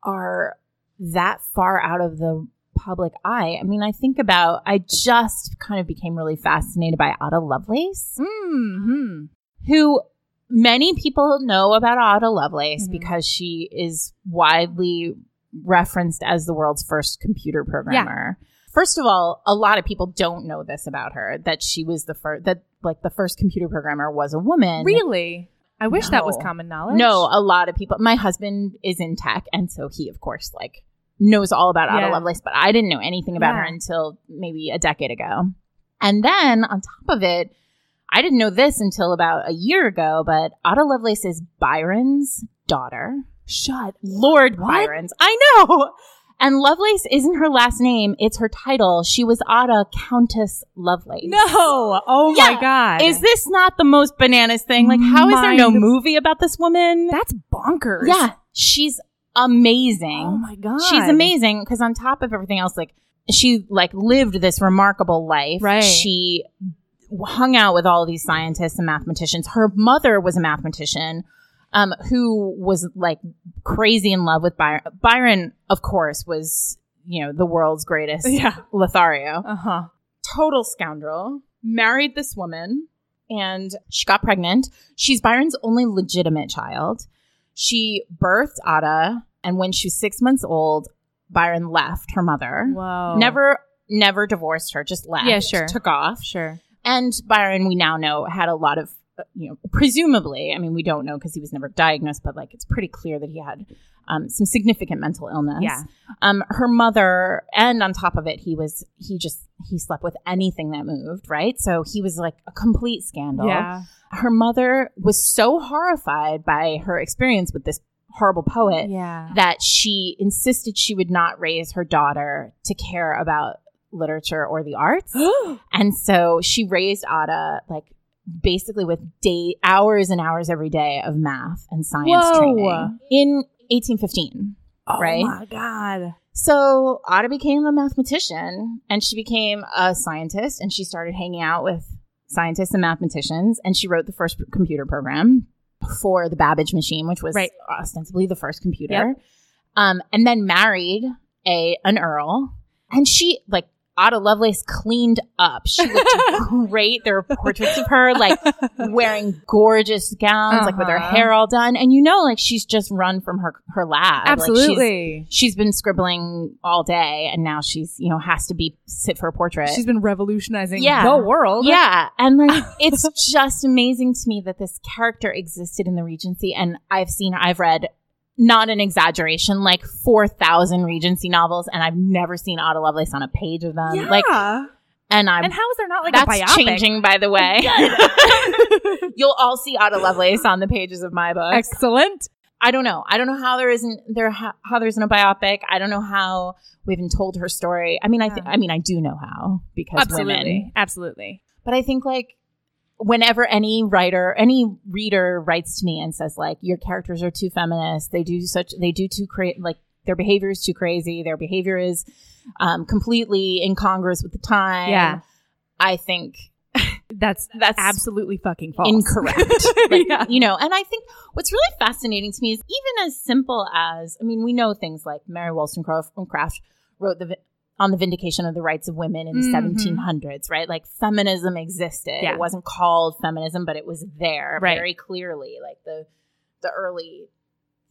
Speaker 2: are that far out of the public eye. I mean, I think about. I just kind of became really fascinated by Ada Lovelace,
Speaker 1: hmm
Speaker 2: who many people know about Ada Lovelace
Speaker 1: Mhm.
Speaker 2: because she is widely referenced as the world's first computer programmer. First of all, a lot of people don't know this about her that she was the first that like the first computer programmer was a woman.
Speaker 1: Really? I wish that was
Speaker 2: No.
Speaker 1: common knowledge.
Speaker 2: No, a lot of people. My husband is in tech, and so he, of course, like knows all about Ada
Speaker 1: Yeah.
Speaker 2: Lovelace. But I didn't know anything about her
Speaker 1: Yeah.
Speaker 2: until maybe a decade ago. And then on top of it, I didn't know this until about a year ago. But Ada Lovelace is Byron's daughter,
Speaker 1: Shut.
Speaker 2: Lord
Speaker 1: What?
Speaker 2: Byron's. I know. And Lovelace isn't her last name; it's her title. She was Ada Countess Lovelace.
Speaker 1: No. Oh my
Speaker 2: Yeah.
Speaker 1: God.
Speaker 2: Is this not the most bananas thing? Like, how is there no
Speaker 1: Mind-
Speaker 2: movie about this woman?
Speaker 1: That's bonkers.
Speaker 2: Yeah, she's amazing.
Speaker 1: Oh my god.
Speaker 2: she's amazing because on top of everything else, like she like lived this remarkable life.
Speaker 1: Right.
Speaker 2: She hung out with all these scientists and mathematicians. Her mother was a mathematician. Um, who was like crazy in love with Byron? Byron, of course, was you know the world's greatest
Speaker 1: Yeah.
Speaker 2: Lothario
Speaker 1: Uh huh.
Speaker 2: total scoundrel, married this woman, and she got pregnant. She's Byron's only legitimate child. She birthed Ada, and when she was six months old, Byron left her mother.
Speaker 1: Whoa.
Speaker 2: Never, never divorced her, just left.
Speaker 1: Yeah, sure.
Speaker 2: Took off.
Speaker 1: Sure.
Speaker 2: And Byron, we now know, had a lot of, uh, you know, presumably, I mean, we don't know because he was never diagnosed, but like it's pretty clear that he had um, some significant mental illness
Speaker 1: Yeah.
Speaker 2: um her mother and on top of it he was he just he slept with anything that moved right so he was like a complete scandal
Speaker 1: Yeah.
Speaker 2: her mother was so horrified by her experience with this horrible poet
Speaker 1: Yeah.
Speaker 2: that she insisted she would not raise her daughter to care about literature or the arts
Speaker 1: Oh
Speaker 2: and so she raised ada like basically with day hours and hours every day of math and science
Speaker 1: Whoa.
Speaker 2: training in 1815
Speaker 1: oh
Speaker 2: Right?
Speaker 1: my god.
Speaker 2: so Ada became a mathematician and she became a scientist and she started hanging out with scientists and mathematicians and she wrote the first computer program for the Babbage machine, which was
Speaker 1: Right.
Speaker 2: ostensibly the first computer. Um, and then married a an earl and she like Ada Lovelace cleaned up. She looked great. There were portraits of her like wearing gorgeous gowns, like with her
Speaker 1: Uh-huh.
Speaker 2: hair all done. And you know, like she's just run from her her lab. Like, she's-
Speaker 1: Absolutely.
Speaker 2: she's been scribbling all day and now she's you know has to be sit for a portrait
Speaker 1: she's been revolutionizing
Speaker 2: Yeah.
Speaker 1: the world.
Speaker 2: yeah and like it's just amazing to me that this character existed in the regency and i've seen i've read not an exaggeration like 4000 regency novels and i've never seen Ada Lovelace on a page of them
Speaker 1: Yeah.
Speaker 2: like and i'm
Speaker 1: and how is there not like
Speaker 2: that's
Speaker 1: a biopic?
Speaker 2: changing by the way you'll all see Ada Lovelace on the pages of my book
Speaker 1: Excellent.
Speaker 2: I don't know. I don't know how there isn't there how, how there isn't a biopic. I don't know how we haven't told her story. I mean, I think
Speaker 1: Yeah.
Speaker 2: I mean I do know how because
Speaker 1: Absolutely.
Speaker 2: women.
Speaker 1: Absolutely.
Speaker 2: But I think like whenever any writer, any reader writes to me and says like your characters are too feminist, they do such they do too create like their behavior is too crazy. Their behavior is um, completely incongruous with the time.
Speaker 1: Yeah.
Speaker 2: I think
Speaker 1: That's
Speaker 2: that's
Speaker 1: absolutely fucking false.
Speaker 2: incorrect. Like,
Speaker 1: yeah.
Speaker 2: You know, and I think what's really fascinating to me is even as simple as I mean, we know things like Mary Wollstonecraft wrote the on the vindication of the rights of women in the
Speaker 1: Mhm.
Speaker 2: 1700s, right? Like feminism existed.
Speaker 1: Yeah.
Speaker 2: It wasn't called feminism, but it was there
Speaker 1: Right.
Speaker 2: very clearly. Like the the early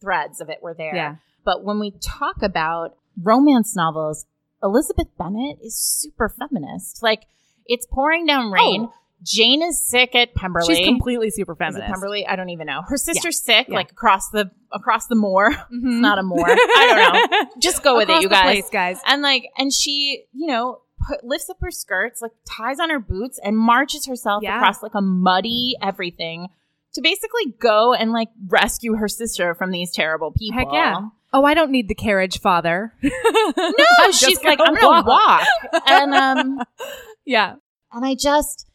Speaker 2: threads of it were there.
Speaker 1: Yeah.
Speaker 2: But when we talk about romance novels, Elizabeth Bennet is super feminist. Like it's pouring down rain. Jane is sick at Pemberley.
Speaker 1: Oh. She's completely super
Speaker 2: Is it
Speaker 1: feminist.
Speaker 2: Pemberley? I don't even know. Her sister's sick,
Speaker 1: Yeah.
Speaker 2: like across the across the moor.
Speaker 1: Mhm.
Speaker 2: It's not a moor. I don't know. Just go with
Speaker 1: Across
Speaker 2: it, you
Speaker 1: the
Speaker 2: guys.
Speaker 1: place, guys.
Speaker 2: And like, and she, you know, put, lifts up her skirts, like ties on her boots, and marches herself
Speaker 1: Yeah.
Speaker 2: across like a muddy everything to basically go and like rescue her sister from these terrible people.
Speaker 1: Heck yeah. Oh, I don't need the carriage, father.
Speaker 2: No,
Speaker 1: I'm just
Speaker 2: Oh, she's like,
Speaker 1: gonna
Speaker 2: I'm gonna
Speaker 1: walk."
Speaker 2: walk. and um,
Speaker 1: yeah.
Speaker 2: and I just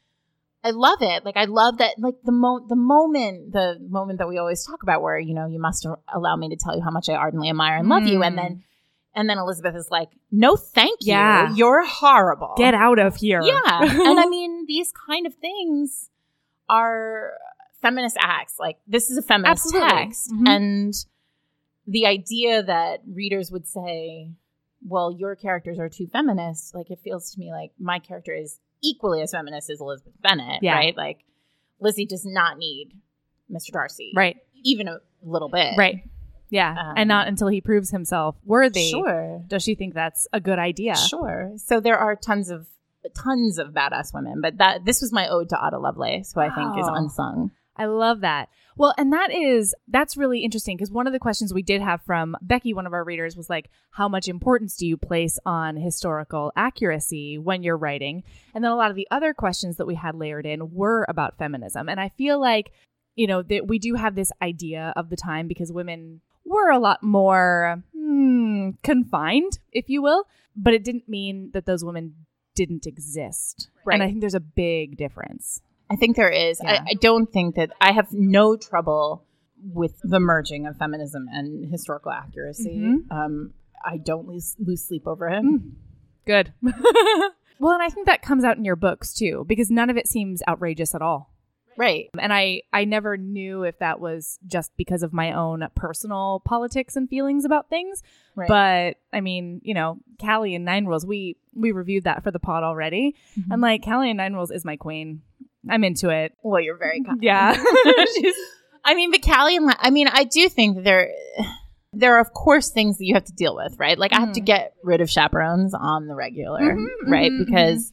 Speaker 2: I love it. Like I love that like the mo the moment the moment that we always talk about where you know you must allow me to tell you how much I ardently admire and love you and
Speaker 1: Mm.
Speaker 2: then and then Elizabeth is like, "No, thank you.
Speaker 1: Yeah.
Speaker 2: You're horrible.
Speaker 1: Get out of here.
Speaker 2: Yeah. and I mean, these kind of things are feminist acts. Like this is a feminist
Speaker 1: Absolutely.
Speaker 2: text
Speaker 1: Mhm.
Speaker 2: and the idea that readers would say, "Well, your characters are too feminist." Like it feels to me like my character is equally as feminist as Elizabeth Bennet,
Speaker 1: Yeah.
Speaker 2: right? Like Lizzie does not need Mr. Darcy.
Speaker 1: Right.
Speaker 2: Even a little bit.
Speaker 1: Right. Yeah.
Speaker 2: eh, Um,
Speaker 1: and not until he proves himself worthy
Speaker 2: Sure.
Speaker 1: does she think that's a good idea.
Speaker 2: Sure. So there are tons of tons of badass women, but that this was my ode to Ada Lovelace, who I think is
Speaker 1: Wow.
Speaker 2: unsung.
Speaker 1: I love that. Well, and that is that's really interesting because one of the questions we did have from Becky, one of our readers, was like, "How much importance do you place on historical accuracy when you're writing?" And then a lot of the other questions that we had layered in were about feminism, and I feel like you know that we do have this idea of the time because women were a lot more hmm, confined, if you will, but it didn't mean that those women didn't exist.
Speaker 2: Right.
Speaker 1: And I think there's a big difference.
Speaker 2: I think there is.
Speaker 1: Yeah.
Speaker 2: I, I don't think that I have no trouble with the merging of feminism and historical accuracy.
Speaker 1: Mhm.
Speaker 2: Um, I don't lose, lose sleep over him.
Speaker 1: Mm. Good. well, and I think that comes out in your books too, because none of it seems outrageous at all.
Speaker 2: Right.
Speaker 1: And I, I never knew if that was just because of my own personal politics and feelings about things.
Speaker 2: Right.
Speaker 1: But I mean, you know, Callie and Nine Rules, we we reviewed that for the pod already.
Speaker 2: Mhm.
Speaker 1: And like Callie and Nine Rules is my queen. I'm into it.
Speaker 2: well, you're very kind.
Speaker 1: Yeah. She's-
Speaker 2: I mean, but Callie and Li- I mean, I do think that there there are of course things that you have to deal with, right? Like I have to
Speaker 1: Mhm.
Speaker 2: get rid of chaperones on the regular,
Speaker 1: Mhm,
Speaker 2: right?
Speaker 1: mhm,
Speaker 2: Because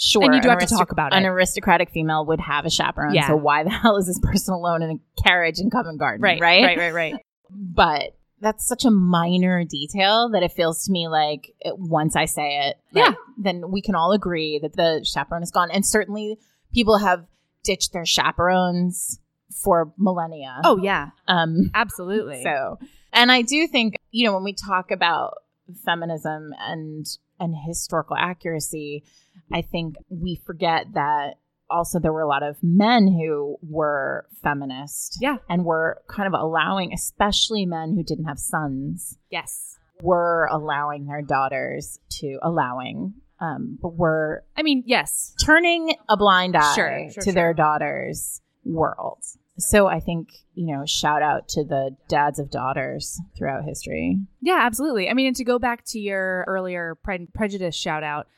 Speaker 2: sure,
Speaker 1: And you do
Speaker 2: an
Speaker 1: have to talk about
Speaker 2: An
Speaker 1: it.
Speaker 2: aristocratic female would have a chaperone,
Speaker 1: Yeah.
Speaker 2: so why the hell is this person alone in a carriage in Covent Garden,
Speaker 1: Right, right, right, right, right.
Speaker 2: But that's such a minor detail that it feels to me like it, once I say it, like,
Speaker 1: Yeah.
Speaker 2: then we can all agree that the chaperone is gone, and certainly people have ditched their chaperones for millennia.
Speaker 1: Oh yeah,
Speaker 2: Um,
Speaker 1: absolutely.
Speaker 2: so, and I do think you know when we talk about feminism and and historical accuracy, I think we forget that also there were a lot of men who were feminist,
Speaker 1: Yeah.
Speaker 2: and were kind of allowing, especially men who didn't have sons,
Speaker 1: yes.
Speaker 2: were allowing their daughters to allowing. Um, but were
Speaker 1: I mean, yes.
Speaker 2: turning a blind eye
Speaker 1: Sure, sure,
Speaker 2: to their
Speaker 1: sure.
Speaker 2: daughter's world. So I think, you know, shout out to the dads of daughters throughout history.
Speaker 1: Yeah, absolutely. I mean, and to go back to your earlier Pride and Prejudice shout out,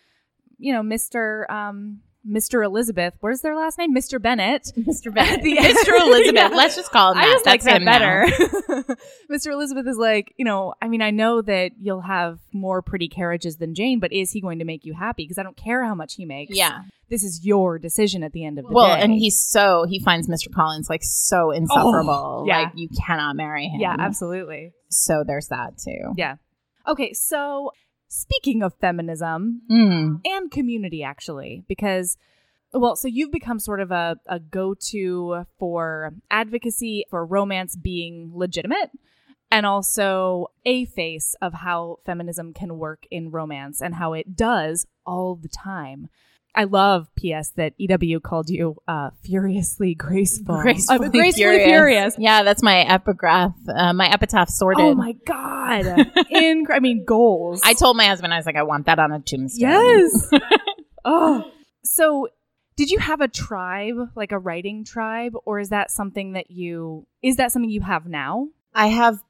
Speaker 1: you know, Mr. Um, Mr. Elizabeth, what is their last name? Mr. Bennett.
Speaker 2: Mr.
Speaker 1: Bennett.
Speaker 2: Mr. Elizabeth.
Speaker 1: Yeah.
Speaker 2: Let's just call him that.
Speaker 1: I just like that
Speaker 2: That's him now.
Speaker 1: better. Mr. Elizabeth is like, you know, I mean, I know that you'll have more pretty carriages than Jane, but is he going to make you happy? Because I don't care how much he makes.
Speaker 2: Yeah.
Speaker 1: This is your decision at the end of the
Speaker 2: Well,
Speaker 1: day.
Speaker 2: and he's so he finds Mr. Collins like so insufferable.
Speaker 1: Oh, yeah.
Speaker 2: Like you cannot marry him.
Speaker 1: Yeah, absolutely.
Speaker 2: So there's that too.
Speaker 1: Yeah. Okay, so speaking of feminism,
Speaker 2: Mm.
Speaker 1: and community actually because well so you've become sort of a, a go-to for advocacy for romance being legitimate and also a face of how feminism can work in romance and how it does all the time I love PS that EW called you uh, furiously graceful.
Speaker 2: Gracefully
Speaker 1: Uh, gracefully furious.
Speaker 2: Yeah, that's my epigraph, uh, my epitaph sorted.
Speaker 1: Oh my god. In I mean goals.
Speaker 2: I told my husband, I was like, I want that on a tombstone.
Speaker 1: Yes. oh. So did you have a tribe, like a writing tribe, or is that something that you is that something you have now?
Speaker 2: I have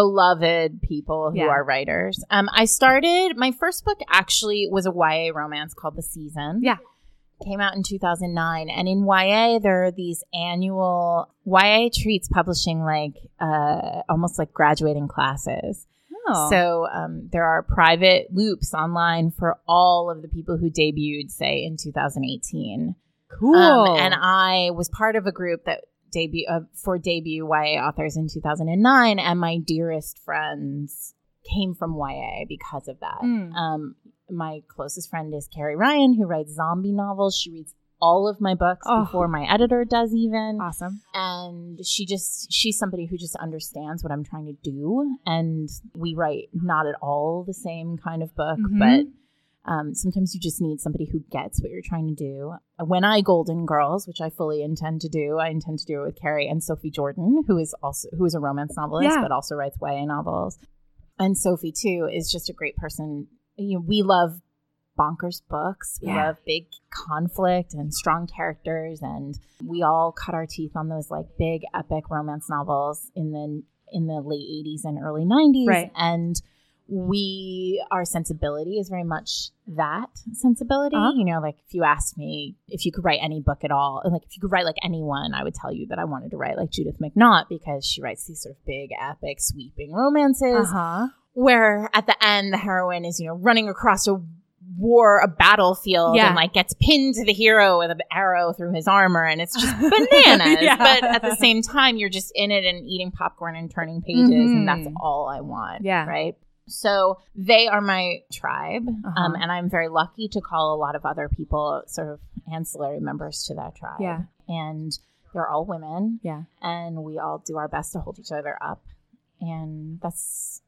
Speaker 2: beloved people who
Speaker 1: Yeah.
Speaker 2: are writers. Um, I started my first book actually was a YA romance called The Season.
Speaker 1: Yeah.
Speaker 2: Came out in 2009. And in YA, there are these annual, YA treats publishing like uh, almost like graduating classes.
Speaker 1: So
Speaker 2: So um, there are private loops online for all of the people who debuted, say, in 2018.
Speaker 1: cool.
Speaker 2: Um, and I was part of a group that debut uh, for debut YA authors in 2009, and my dearest friends came from YA because of that.
Speaker 1: Mm.
Speaker 2: Um, my closest friend is Carrie Ryan, who writes zombie novels. She reads all of my books
Speaker 1: Oh.
Speaker 2: before my editor does, even
Speaker 1: awesome.
Speaker 2: and she just she's somebody who just understands what I'm trying to do and we write not at all the same kind of book
Speaker 1: Mhm.
Speaker 2: but um, sometimes you just need somebody who gets what you're trying to do when I golden girls which I fully intend to do I intend to do it with Carrie and Sophie Jordan who is also who is a romance novelist
Speaker 1: Yeah.
Speaker 2: but also writes YA novels and Sophie too is just a great person you know we love bonkers books we
Speaker 1: Yeah.
Speaker 2: love big conflict and strong characters and we all cut our teeth on those like big epic romance novels in the in the late 80s and early 90s
Speaker 1: Right.
Speaker 2: and we our sensibility is very much that sensibility
Speaker 1: Uh-huh.
Speaker 2: you know like if you asked me if you could write any book at all like if you could write like anyone i would tell you that i wanted to write like judith mcnaught because she writes these sort of big epic sweeping romances
Speaker 1: Uh-huh.
Speaker 2: where at the end the heroine is you know running across a war a battlefield
Speaker 1: Yeah.
Speaker 2: and like gets pinned to the hero with an arrow through his armor and it's just bananas
Speaker 1: Yeah.
Speaker 2: but at the same time you're just in it and eating popcorn and turning pages and that's
Speaker 1: Mhm.
Speaker 2: all i want
Speaker 1: Yeah.
Speaker 2: right so they are my tribe
Speaker 1: Uh-huh.
Speaker 2: um, and i'm very lucky to call a lot of other people sort of ancillary members to that tribe
Speaker 1: Yeah.
Speaker 2: and they're all women
Speaker 1: Yeah.
Speaker 2: and we all do our best to hold each other up and that's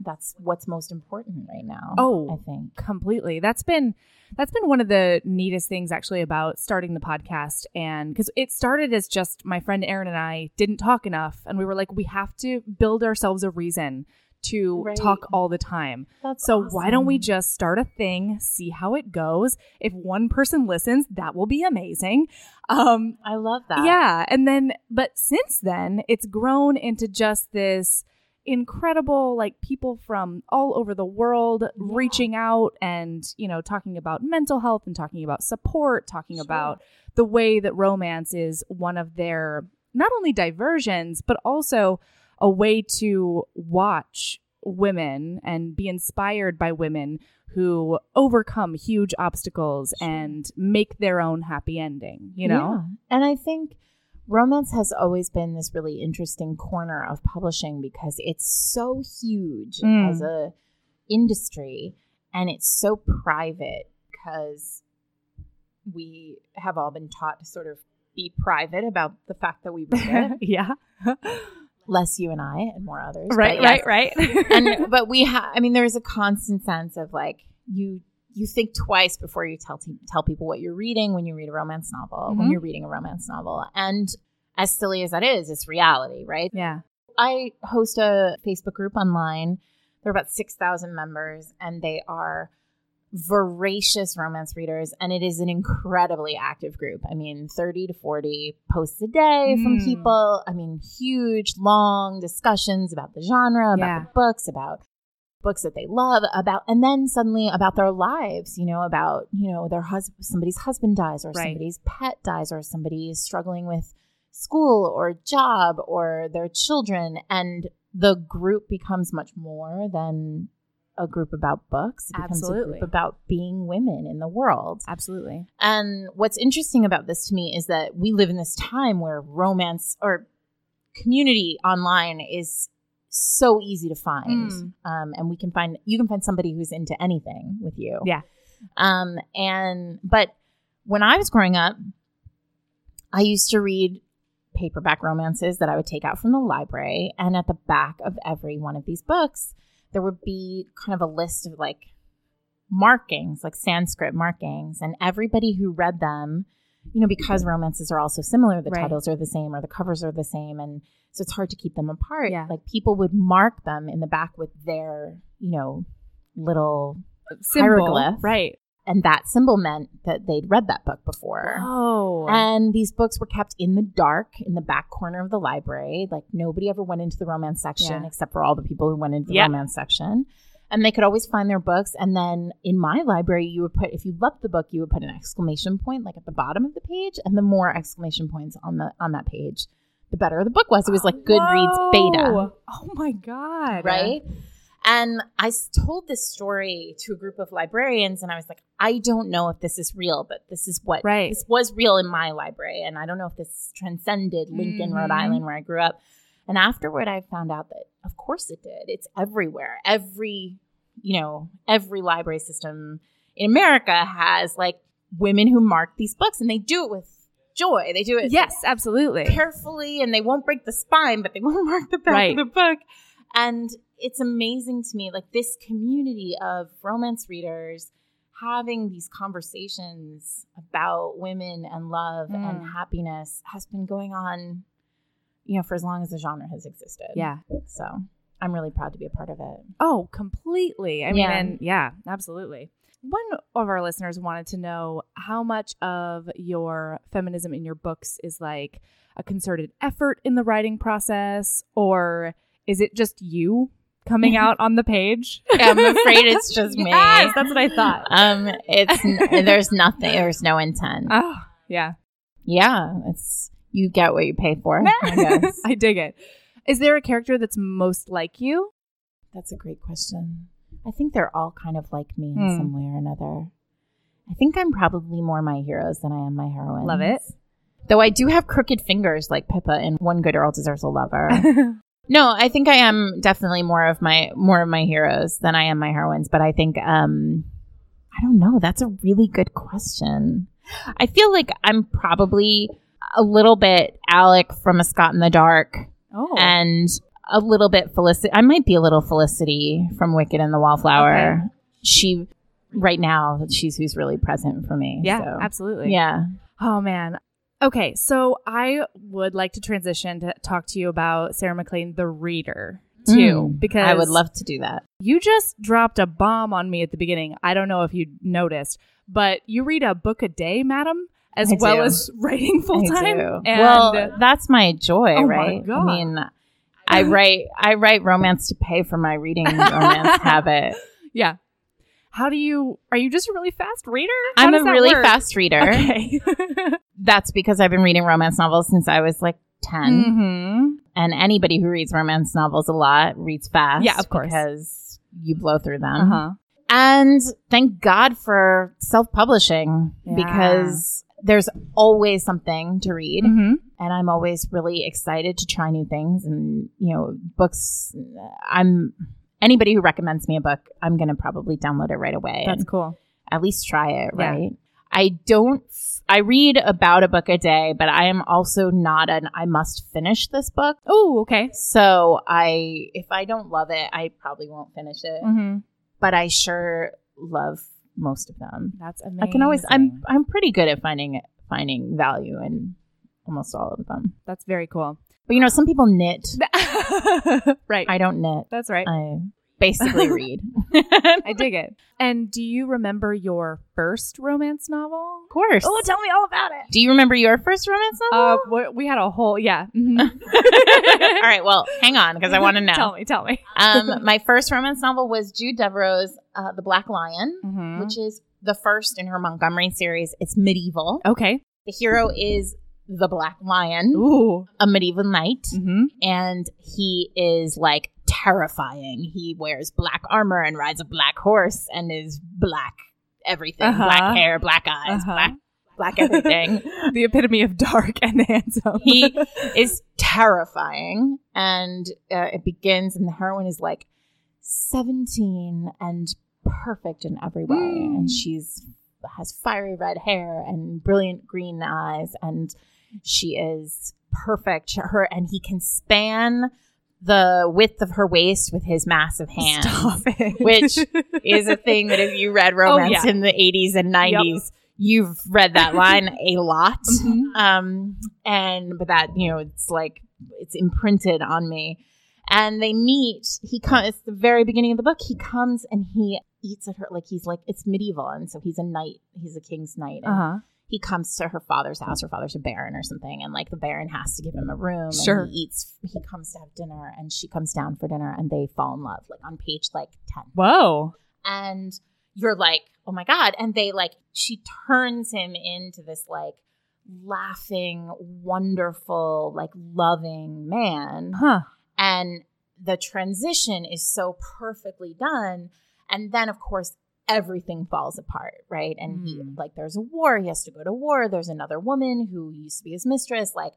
Speaker 2: that's what's most important right now
Speaker 1: Oh.
Speaker 2: i think
Speaker 1: completely that's been that's been one of the neatest things actually about starting the podcast and because it started as just my friend Erin and i didn't talk enough and we were like we have to build ourselves a reason to
Speaker 2: Right.
Speaker 1: talk all the time
Speaker 2: that's
Speaker 1: so why don't we just start a thing see how it goes if one person listens that will be amazing um
Speaker 2: i love that
Speaker 1: yeah. And then, but since then, it's grown into just this incredible, like people from all over the world reaching out and, you know, talking about mental health and talking about support, talking
Speaker 2: Sure.
Speaker 1: about the way that romance is one of their not only diversions, but also a way to watch women and be inspired by women who overcome huge obstacles
Speaker 2: Sure.
Speaker 1: and make their own happy ending, you know?
Speaker 2: Yeah. and i think romance has always been this really interesting corner of publishing because it's so huge
Speaker 1: Mm.
Speaker 2: as a industry and it's so private because we have all been taught to sort of be private about the fact that we read it
Speaker 1: yeah.
Speaker 2: less you and I and more others.
Speaker 1: right,
Speaker 2: but yes.
Speaker 1: right, right,
Speaker 2: and but we have. I mean, there is a constant sense of like you you think twice before you tell te- tell people what you're reading when you read a romance novel when
Speaker 1: Mhm.
Speaker 2: you're reading a romance novel and. As silly as that is, it's reality, right?
Speaker 1: yeah.
Speaker 2: I host a Facebook group online. There are about 6,000 members, and they are voracious romance readers. And it is an incredibly active group. I mean, 30 to 40 posts a day from
Speaker 1: Mm.
Speaker 2: people. I mean, huge, long discussions about the genre, about
Speaker 1: Yeah.
Speaker 2: the books, about books that they love about and then suddenly about their lives you know about you know their husband somebody's husband dies or
Speaker 1: Right.
Speaker 2: somebody's pet dies or somebody is struggling with school or job or their children and the group becomes much more than a group about books it becomes a
Speaker 1: Absolutely.
Speaker 2: group about being women in the world
Speaker 1: Absolutely.
Speaker 2: and what's interesting about this to me is that we live in this time where romance or community online is so easy to find.
Speaker 1: Mm.
Speaker 2: Um, and we can find, you can find somebody who's into anything with you.
Speaker 1: Yeah.
Speaker 2: Um, and, but when I was growing up, I used to read paperback romances that I would take out from the library. And at the back of every one of these books, there would be kind of a list of like markings, like Sanskrit markings, and everybody who read them, you know, because romances are all so similar, the
Speaker 1: Right.
Speaker 2: titles are the same or the covers are the same, and so it's hard to keep them apart.
Speaker 1: Yeah.
Speaker 2: Like people would mark them in the back with their, you know, little,
Speaker 1: Symbol,
Speaker 2: Hieroglyph.
Speaker 1: right?
Speaker 2: and that symbol meant that they'd read that book before.
Speaker 1: Oh,
Speaker 2: And these books were kept in the dark in the back corner of the library. Like nobody ever went into the romance section
Speaker 1: Yeah.
Speaker 2: except for all the people who went into the
Speaker 1: Yep.
Speaker 2: romance section. And they could always find their books. And then in my library, you would put, if you loved the book, you would put an exclamation point like at the bottom of the page. And the more exclamation points on the on that page, the better the book was. It was like Goodreads beta
Speaker 1: Whoa. Oh my god!
Speaker 2: right? And I s- told this story to a group of librarians, and I was like, I don't know if this is real, but this is what
Speaker 1: Right.
Speaker 2: this was real in my library, and I don't know if this transcended Lincoln,
Speaker 1: Mhm.
Speaker 2: Rhode Island, where I grew up. And afterward, I found out that, of course, it did. It's everywhere. Every, you know, every library system in America has like women who mark these books, and they do it with joy. They do it
Speaker 1: Yes, absolutely.
Speaker 2: carefully and they won't break the spine, but they won't mark the back
Speaker 1: Right.
Speaker 2: of the book. And it's amazing to me, like this community of romance readers having these conversations about women and love and
Speaker 1: Mm.
Speaker 2: happiness has been going on, you know, for as long as the genre has existed.
Speaker 1: Yeah.
Speaker 2: So I'm really proud to be a part of it.
Speaker 1: Oh, completely. I mean,
Speaker 2: Yeah.
Speaker 1: and yeah, absolutely. One of our listeners wanted to know how much of your feminism in your books is like a concerted effort in the writing process, or is it just you coming out on the page?
Speaker 2: I'm afraid it's just me.
Speaker 1: Yes, that's what I thought.
Speaker 2: Um, it's n- there's nothing, there's no intent.
Speaker 1: Oh, yeah.
Speaker 2: yeah, it's you get what you pay for. I guess.
Speaker 1: I dig it. Is there a character that's most like you?
Speaker 2: That's a great question. I think they're all kind of like me in
Speaker 1: Hmm.
Speaker 2: some way or another. I think I'm probably more my heroes than I am my heroines.
Speaker 1: Love it.
Speaker 2: Though I do have crooked fingers like Pippa in One Good Girl Deserves a Lover. no, I think I am definitely more of my more of my heroes than I am my heroines, but I think um I don't know. That's a really good question. I feel like I'm probably a little bit Alec from A Scot in the Dark
Speaker 1: oh,
Speaker 2: and a little bit Felicity. I might be a little Felicity from Wicked and the Wallflower. She, right now, she's who's really present for me.
Speaker 1: yeah,
Speaker 2: so.
Speaker 1: absolutely.
Speaker 2: Yeah.
Speaker 1: Oh man. Okay, so I would like to transition to talk to you about Sarah McLean, the reader, too,
Speaker 2: Mm,
Speaker 1: because
Speaker 2: I would love to do that.
Speaker 1: You just dropped a bomb on me at the beginning. I don't know if you noticed, but you read a book a day, madam, as
Speaker 2: I
Speaker 1: well
Speaker 2: do.
Speaker 1: as writing full
Speaker 2: I
Speaker 1: time.
Speaker 2: do.
Speaker 1: And uh,
Speaker 2: well, that's my joy,
Speaker 1: Oh my
Speaker 2: right?
Speaker 1: God.
Speaker 2: I mean, I write I write romance to pay for my reading romance habit.
Speaker 1: yeah. How do you? Are you just a really fast reader? How
Speaker 2: I'm
Speaker 1: does
Speaker 2: a
Speaker 1: that
Speaker 2: really
Speaker 1: work?
Speaker 2: fast reader.
Speaker 1: Okay.
Speaker 2: That's because I've been reading romance novels since I was like 10.
Speaker 1: hmm
Speaker 2: And anybody who reads romance novels a lot reads fast.
Speaker 1: Yeah, of course.
Speaker 2: Because you blow through them.
Speaker 1: Uh huh.
Speaker 2: And thank God for self publishing
Speaker 1: Yeah.
Speaker 2: because there's always something to read.
Speaker 1: hmm
Speaker 2: And I'm always really excited to try new things. And, you know, books, I'm anybody who recommends me a book, I'm going to probably download it right away
Speaker 1: That's
Speaker 2: and
Speaker 1: cool.
Speaker 2: at least try it,
Speaker 1: Yeah.
Speaker 2: right? I don't, I read about a book a day, but I am also not an I must finish this book.
Speaker 1: Oh, okay.
Speaker 2: So I, if I don't love it, I probably won't finish it
Speaker 1: hmm
Speaker 2: but I sure love most of them.
Speaker 1: That's amazing.
Speaker 2: I can always I'm I'm pretty good at finding finding value in almost all of them.
Speaker 1: That's very cool.
Speaker 2: But you know, some people knit.
Speaker 1: right.
Speaker 2: I don't knit.
Speaker 1: That's right.
Speaker 2: I basically read.
Speaker 1: I dig it. And do you remember your first romance novel?
Speaker 2: of course.
Speaker 1: tell me all about it.
Speaker 2: Do you remember your first romance
Speaker 1: Oh, Uh,
Speaker 2: novel?
Speaker 1: wh- we had a whole yeah. mhm.
Speaker 2: all right, well, hang on because I want to
Speaker 1: tell
Speaker 2: know.
Speaker 1: me, tell me.
Speaker 2: Um, my first romance novel was Jude Devereaux's uh, The Black Lion,
Speaker 1: Mm-hmm.
Speaker 2: which is the first in her Montgomery series. It's medieval.
Speaker 1: Okay.
Speaker 2: The hero is the Black Lion,
Speaker 1: Ooh.
Speaker 2: a medieval knight.
Speaker 1: Mm-hmm.
Speaker 2: and he is like terrifying. He wears black armor and rides a black horse and is black everything
Speaker 1: Uh-huh.
Speaker 2: black hair, black eyes,
Speaker 1: Uh-huh.
Speaker 2: black, black everything.
Speaker 1: The epitome of dark and handsome.
Speaker 2: he is terrifying. And uh, it begins, and the heroine is like 17 and perfect in every way.
Speaker 1: Mm.
Speaker 2: And she's has fiery red hair and brilliant green eyes and she is perfect her and he can span the width of her waist with his massive hand,
Speaker 1: Stop it.
Speaker 2: which is a thing that if you read romance
Speaker 1: yeah.
Speaker 2: in the 80s and 90s, you've read that line a lot.
Speaker 1: Mhm.
Speaker 2: Um, and but that you know, it's like it's imprinted on me. And they meet. He comes. It's the very beginning of the book. He comes and he eats at her like he's like it's medieval, and so he's a knight. He's a king's knight. And
Speaker 1: Uh-huh.
Speaker 2: he comes to her father's house. Her father's a baron or something, and like the baron has to give him a room.
Speaker 1: Sure.
Speaker 2: And he eats. He comes to have dinner, and she comes down for dinner, and they fall in love. Like on page like ten
Speaker 1: Whoa.
Speaker 2: and you're like, oh my God. And they like, she turns him into this like laughing, wonderful, like loving man.
Speaker 1: Huh.
Speaker 2: And the transition is so perfectly done. And then, of course, everything falls apart, right? And he,
Speaker 1: Hmm.
Speaker 2: like, there's a war. He has to go to war. There's another woman who used to be his mistress. Like,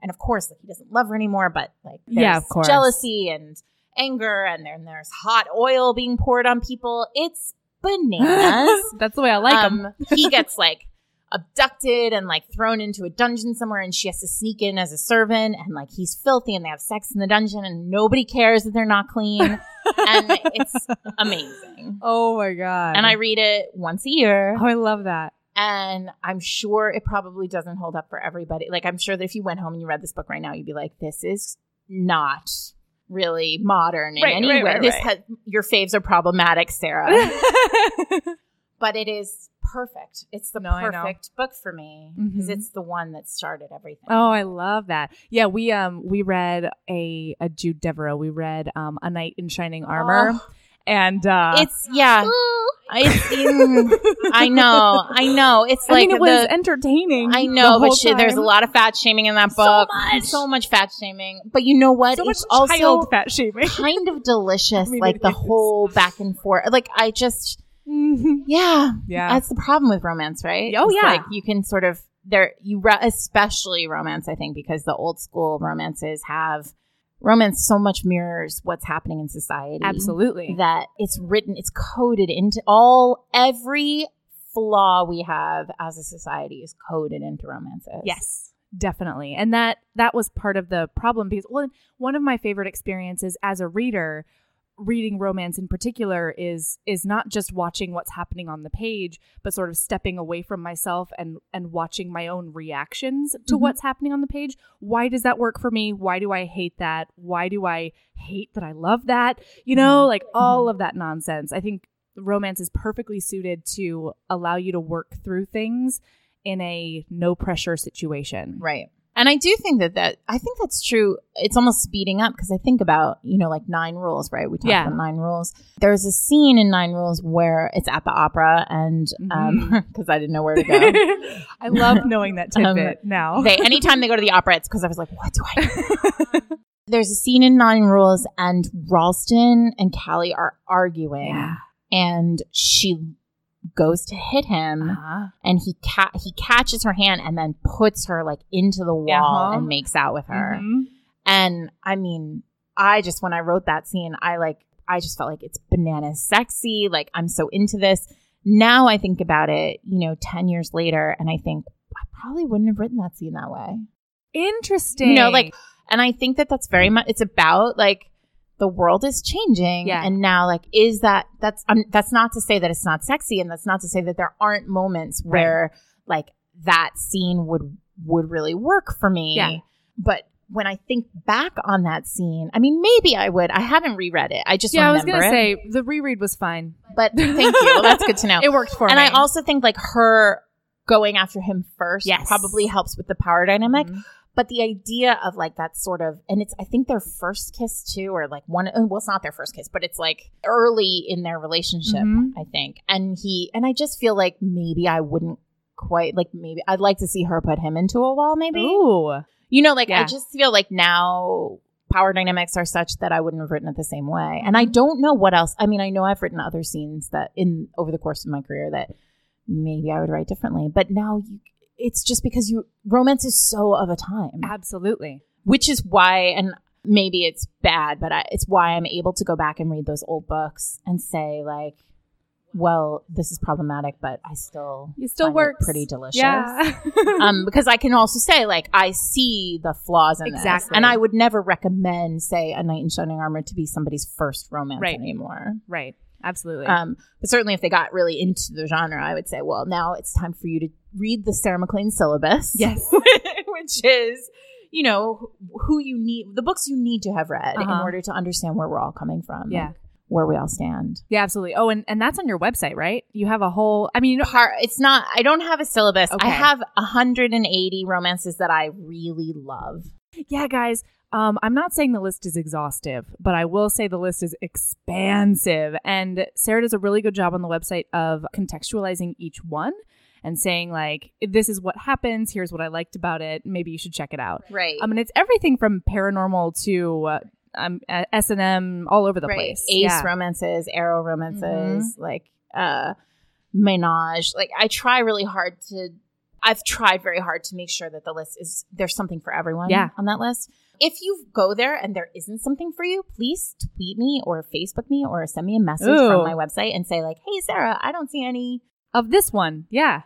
Speaker 2: and of course, like, he doesn't love her anymore, but like, there's
Speaker 1: Yeah, of course.
Speaker 2: jealousy and anger. And then there's hot oil being poured on people. It's bananas.
Speaker 1: That's the way I like them.
Speaker 2: Um, he gets like abducted and like thrown into a dungeon somewhere, and she has to sneak in as a servant, and like he's filthy, and they have sex in the dungeon, and nobody cares that they're not clean, and it's amazing.
Speaker 1: oh my god.
Speaker 2: And I read it once a year,
Speaker 1: Oh, I love that.
Speaker 2: and I'm sure it probably doesn't hold up for everybody. Like, I'm sure that if you went home and you read this book right now, you'd be like, this is not really modern in
Speaker 1: Right,
Speaker 2: any
Speaker 1: right,
Speaker 2: way.
Speaker 1: right,
Speaker 2: this
Speaker 1: right.
Speaker 2: has, your faves are problematic, Sarah but it is perfect. It's the
Speaker 1: No, I know.
Speaker 2: perfect book for me because
Speaker 1: Mhm.
Speaker 2: it's the one that started everything.
Speaker 1: oh, I love that. Yeah, we um we read a a Jude Devereaux. We read um A Knight in Shining Armor,
Speaker 2: Oh,
Speaker 1: and uh,
Speaker 2: it's yeah. It's, mm, I know. I know. It's
Speaker 1: I
Speaker 2: like
Speaker 1: mean, it was entertaining.
Speaker 2: the. I
Speaker 1: the
Speaker 2: know,
Speaker 1: whole
Speaker 2: but shit, there's a
Speaker 1: time.
Speaker 2: lot of fat shaming in that
Speaker 1: So
Speaker 2: book.
Speaker 1: much.
Speaker 2: so much fat shaming. But you know what?
Speaker 1: So much
Speaker 2: it's also
Speaker 1: child fat shaming.
Speaker 2: kind of delicious.
Speaker 1: I mean,
Speaker 2: like
Speaker 1: it
Speaker 2: the
Speaker 1: is.
Speaker 2: whole back and forth. Like I just, yeah.
Speaker 1: yeah.
Speaker 2: That's the problem with romance, right?
Speaker 1: Oh,
Speaker 2: It's
Speaker 1: yeah.
Speaker 2: like you can sort of there you re- especially romance, I think, because the old school romances have romance so much mirrors what's happening in society.
Speaker 1: Absolutely.
Speaker 2: that it's written, it's coded into all every flaw we have as a society is coded into romances.
Speaker 1: Yes, definitely. And that that was part of the problem because one one of my favorite experiences as a reader reading romance in particular is is not just watching what's happening on the page but sort of stepping away from myself and and watching my own reactions to
Speaker 2: Mhm.
Speaker 1: what's happening on the page why does that work for me why do i hate that why do i hate that i love that you know like all of that nonsense i think romance is perfectly suited to allow you to work through things in a no pressure situation
Speaker 2: Right. And I do think that that I think that's true. It's almost speeding up because I think about you know like Nine Rules, right? We talked
Speaker 1: Yeah.
Speaker 2: about Nine Rules. There's a scene in Nine Rules where it's at the opera, and because
Speaker 1: Mm-hmm.
Speaker 2: I didn't know where to go,
Speaker 1: I love knowing that
Speaker 2: Um,
Speaker 1: tidbit now.
Speaker 2: they anytime they go to the opera, it's because I was like, what do I? do? There's a scene in Nine Rules, and Ralston and Callie are arguing,
Speaker 1: yeah.
Speaker 2: and she goes to hit him,
Speaker 1: Uh-huh.
Speaker 2: and he ca- he catches her hand and then puts her like into the wall
Speaker 1: Uh-huh.
Speaker 2: and makes out with her.
Speaker 1: Mhm.
Speaker 2: And I mean, I just when I wrote that scene, I like I just felt like it's bananas sexy. Like I'm so into this. Now I think about it, you know, 10 years later, and I think I probably wouldn't have written that scene that way.
Speaker 1: Interesting.
Speaker 2: You know, like and I think that that's very much it's about like the world is changing
Speaker 1: Yeah.
Speaker 2: and now like is that that's um, that's not to say that it's not sexy and that's not to say that there aren't moments
Speaker 1: Right.
Speaker 2: where like that scene would would really work for me
Speaker 1: Yeah.
Speaker 2: but when i think back on that scene i mean maybe i would i haven't reread it i just
Speaker 1: yeah, I was
Speaker 2: remember
Speaker 1: gonna
Speaker 2: it
Speaker 1: say the reread was fine.
Speaker 2: but thank you well, that's good to know
Speaker 1: It worked for
Speaker 2: and
Speaker 1: me.
Speaker 2: i also think like her going after him first
Speaker 1: Yes.
Speaker 2: probably helps with the power dynamic
Speaker 1: Mhm.
Speaker 2: but the idea of like that sort of and it's i think their first kiss too or like one oh, well it's not their first kiss but it's like early in their relationship
Speaker 1: Mhm.
Speaker 2: i think and he and i just feel like maybe i wouldn't quite like maybe i'd like to see her put him into a wall maybe
Speaker 1: Ooh,
Speaker 2: you know like i
Speaker 1: Yeah.
Speaker 2: just feel like now power dynamics are such that i wouldn't have written it the same way and
Speaker 1: Mm-hmm.
Speaker 2: i don't know what else i mean i know i've written other scenes that in over the course of my career that maybe i would write differently but now you it's just because you romance is so of a time
Speaker 1: absolutely.
Speaker 2: which is why and maybe it's bad but I, it's why i'm able to go back and read those old books and say like well, this is problematic, but I still
Speaker 1: You still
Speaker 2: find it
Speaker 1: work
Speaker 2: pretty delicious.
Speaker 1: Yeah.
Speaker 2: um, because I can also say like I see the flaws in this,
Speaker 1: Exactly.
Speaker 2: and I would never recommend, say, a knight in shining armor to be somebody's first romance
Speaker 1: Right.
Speaker 2: anymore.
Speaker 1: right. Absolutely.
Speaker 2: Um, but certainly, if they got really into the genre, I would say, well, now it's time for you to read the Sarah McLean syllabus,
Speaker 1: yes.
Speaker 2: which is, you know, who you need, the books you need to have read in
Speaker 1: Uh-huh.
Speaker 2: order to understand where we're all coming from,
Speaker 1: Yeah.
Speaker 2: like, where we all stand.
Speaker 1: Yeah, absolutely. Oh, and, and that's on your website, right? You have a whole I mean, you know,
Speaker 2: Part, it's not. I don't have a syllabus.
Speaker 1: Okay.
Speaker 2: I have 180 romances that I really love.
Speaker 1: yeah, guys, um, I'm not saying the list is exhaustive, but I will say the list is expansive. And Sarah does a really good job on the website of contextualizing each one and saying, like, this is what happens, here's what I liked about it, maybe you should check it out.
Speaker 2: Right.
Speaker 1: I mean, it's everything from paranormal to uh, um, S and M all over the
Speaker 2: right.
Speaker 1: place.
Speaker 2: Ace
Speaker 1: yeah. Mm-hmm.
Speaker 2: romances, arrow romances, like uh menage. Like I try really hard to I've tried very hard to make sure that the list is there's something for everyone
Speaker 1: Yeah.
Speaker 2: on that list. If you go there and there isn't something for you, please tweet me or Facebook me or send me a message
Speaker 1: Ooh.
Speaker 2: from my website and say like, "Hey Sarah, I don't see any."
Speaker 1: of this one, yeah,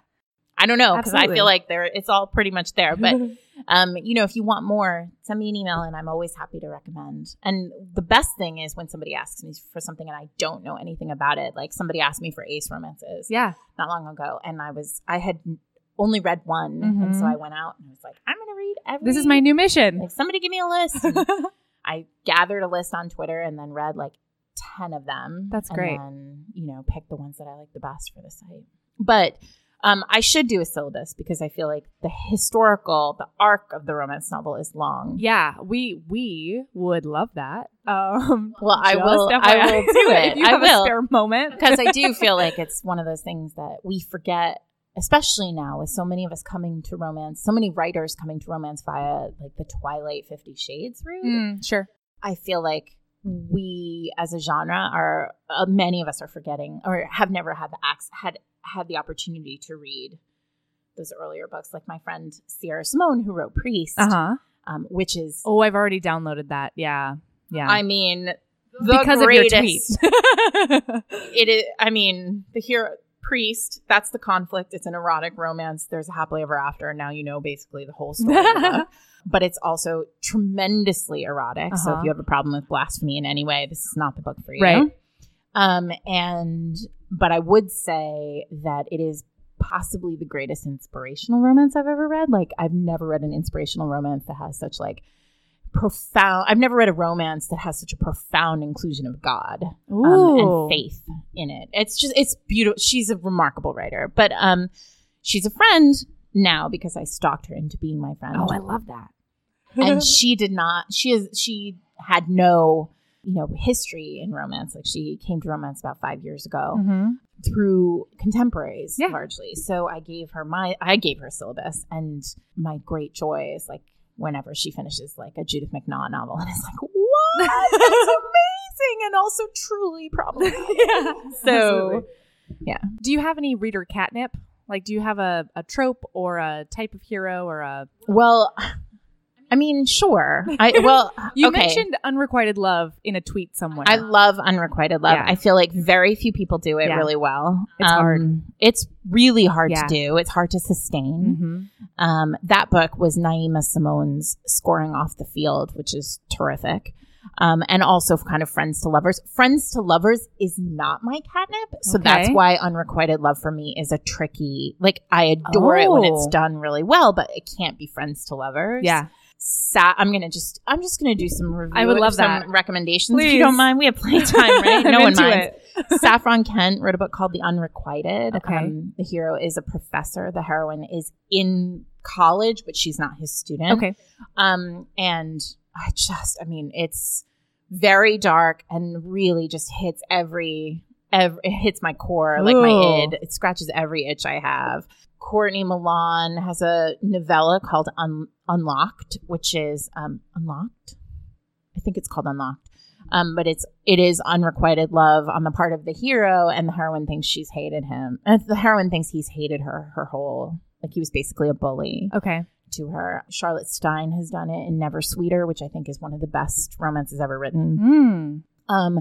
Speaker 2: I don't know because I
Speaker 1: Absolutely.
Speaker 2: feel like there it's all pretty much there, but um, you know, if you want more, send me an email and I'm always happy to recommend. And the best thing is when somebody asks me for something and I don't know anything about it. Like somebody asked me for ace romances
Speaker 1: yeah,
Speaker 2: not long ago and I was I had only read one and so
Speaker 1: Mhm.
Speaker 2: I went out and I was like, I'm gonna read every
Speaker 1: this is my new mission.
Speaker 2: like somebody give me a list. And I gathered a list on Twitter and then read like 10 of them.
Speaker 1: That's
Speaker 2: and
Speaker 1: great.
Speaker 2: then, you know, picked the ones that I like the best for the site. But um, I should do a syllabus because I feel like the historical, the arc of the romance novel is long.
Speaker 1: Yeah, we we would love that. Um,
Speaker 2: Well, I
Speaker 1: just
Speaker 2: will. I
Speaker 1: FYI.
Speaker 2: will do it.
Speaker 1: if you
Speaker 2: I
Speaker 1: have a
Speaker 2: will
Speaker 1: spare moment.
Speaker 2: because I do feel like it's one of those things that we forget, especially now with so many of us coming to romance, so many writers coming to romance via like the Twilight Fifty Shades route.
Speaker 1: Mm, sure.
Speaker 2: I feel like we as a genre are uh, many of us are forgetting or have never had the acts had had the opportunity to read those earlier books like my friend Sierra Simone who wrote Priest
Speaker 1: Uh huh.
Speaker 2: um, which is
Speaker 1: Oh, I've already downloaded that. Yeah, yeah.
Speaker 2: I mean the
Speaker 1: because
Speaker 2: greatest,
Speaker 1: of your Um, tweet.
Speaker 2: it is I mean the hero priest that's the conflict it's an erotic romance there's a happily ever after and now you know basically the whole story of the book. but it's also tremendously erotic so
Speaker 1: Uh-huh.
Speaker 2: if you have a problem with blasphemy in any way this is not the book for you
Speaker 1: Right.
Speaker 2: um and but i would say that it is possibly the greatest inspirational romance i've ever read like i've never read an inspirational romance that has such like profound i've never read a romance that has such a profound inclusion of god um,
Speaker 1: Ooh.
Speaker 2: and faith in it. It's just it's beautiful. She's a remarkable writer, but um, she's a friend now because I stalked her into being my friend.
Speaker 1: Oh, I love that.
Speaker 2: and she did not. She is. She had no you know history in romance. Like she came to romance about five years ago
Speaker 1: Mhm.
Speaker 2: through contemporaries
Speaker 1: Yeah.
Speaker 2: largely. So I gave her my I gave her a syllabus and my great joy is like whenever she finishes like a Judith McNaught novel and it's like, What? That's amazing and also truly problematic.
Speaker 1: Yeah,
Speaker 2: so
Speaker 1: absolutely. Do you have any reader catnip? Like, do you have a, a trope or a type of hero or a?
Speaker 2: well I mean, sure. I well
Speaker 1: You
Speaker 2: okay.
Speaker 1: mentioned unrequited love in a tweet somewhere.
Speaker 2: I love unrequited love.
Speaker 1: Yeah.
Speaker 2: I feel like very few people do it
Speaker 1: Yeah.
Speaker 2: really well. Um,
Speaker 1: It's hard.
Speaker 2: It's really hard
Speaker 1: Yeah.
Speaker 2: to do. It's hard to sustain.
Speaker 1: hmm
Speaker 2: Um, that book was Naima Simone's Scoring Off the Field, which is terrific. Um, and also kind of Friends to Lovers. Friends to Lovers is not my catnip. So that's
Speaker 1: Okay.
Speaker 2: why Unrequited Love for me is a tricky, like, I adore it when it's
Speaker 1: Oh.
Speaker 2: done really well, but it can't be Friends to Lovers.
Speaker 1: Yeah.
Speaker 2: Sa- I'm gonna just I'm just gonna do some review.
Speaker 1: I would love
Speaker 2: some
Speaker 1: that.
Speaker 2: recommendations if
Speaker 1: Please.
Speaker 2: you don't mind. We have plenty of time, right? No
Speaker 1: I'm
Speaker 2: one
Speaker 1: into
Speaker 2: minds.
Speaker 1: it.
Speaker 2: Saffron Kent wrote a book called The Unrequited.
Speaker 1: Okay.
Speaker 2: Um, the hero is a professor. The heroine is in college, but she's not his student.
Speaker 1: Okay.
Speaker 2: Um, and I just, I mean, it's very dark and really just hits every, every it hits my core, like
Speaker 1: Ooh.
Speaker 2: my id. It scratches every itch I have. Courtney Milan has a novella called Un- Unlocked, which is um, Unlocked. I think it's called Unlocked. Um, but it's it is unrequited love on the part of the hero, and the heroine thinks she's hated him. And the heroine thinks he's hated her her whole like he was basically a bully
Speaker 1: Okay.
Speaker 2: to her. Charlotte Stein has done it in Never Sweeter, which I think is one of the best romances ever written.
Speaker 1: Mm.
Speaker 2: Um,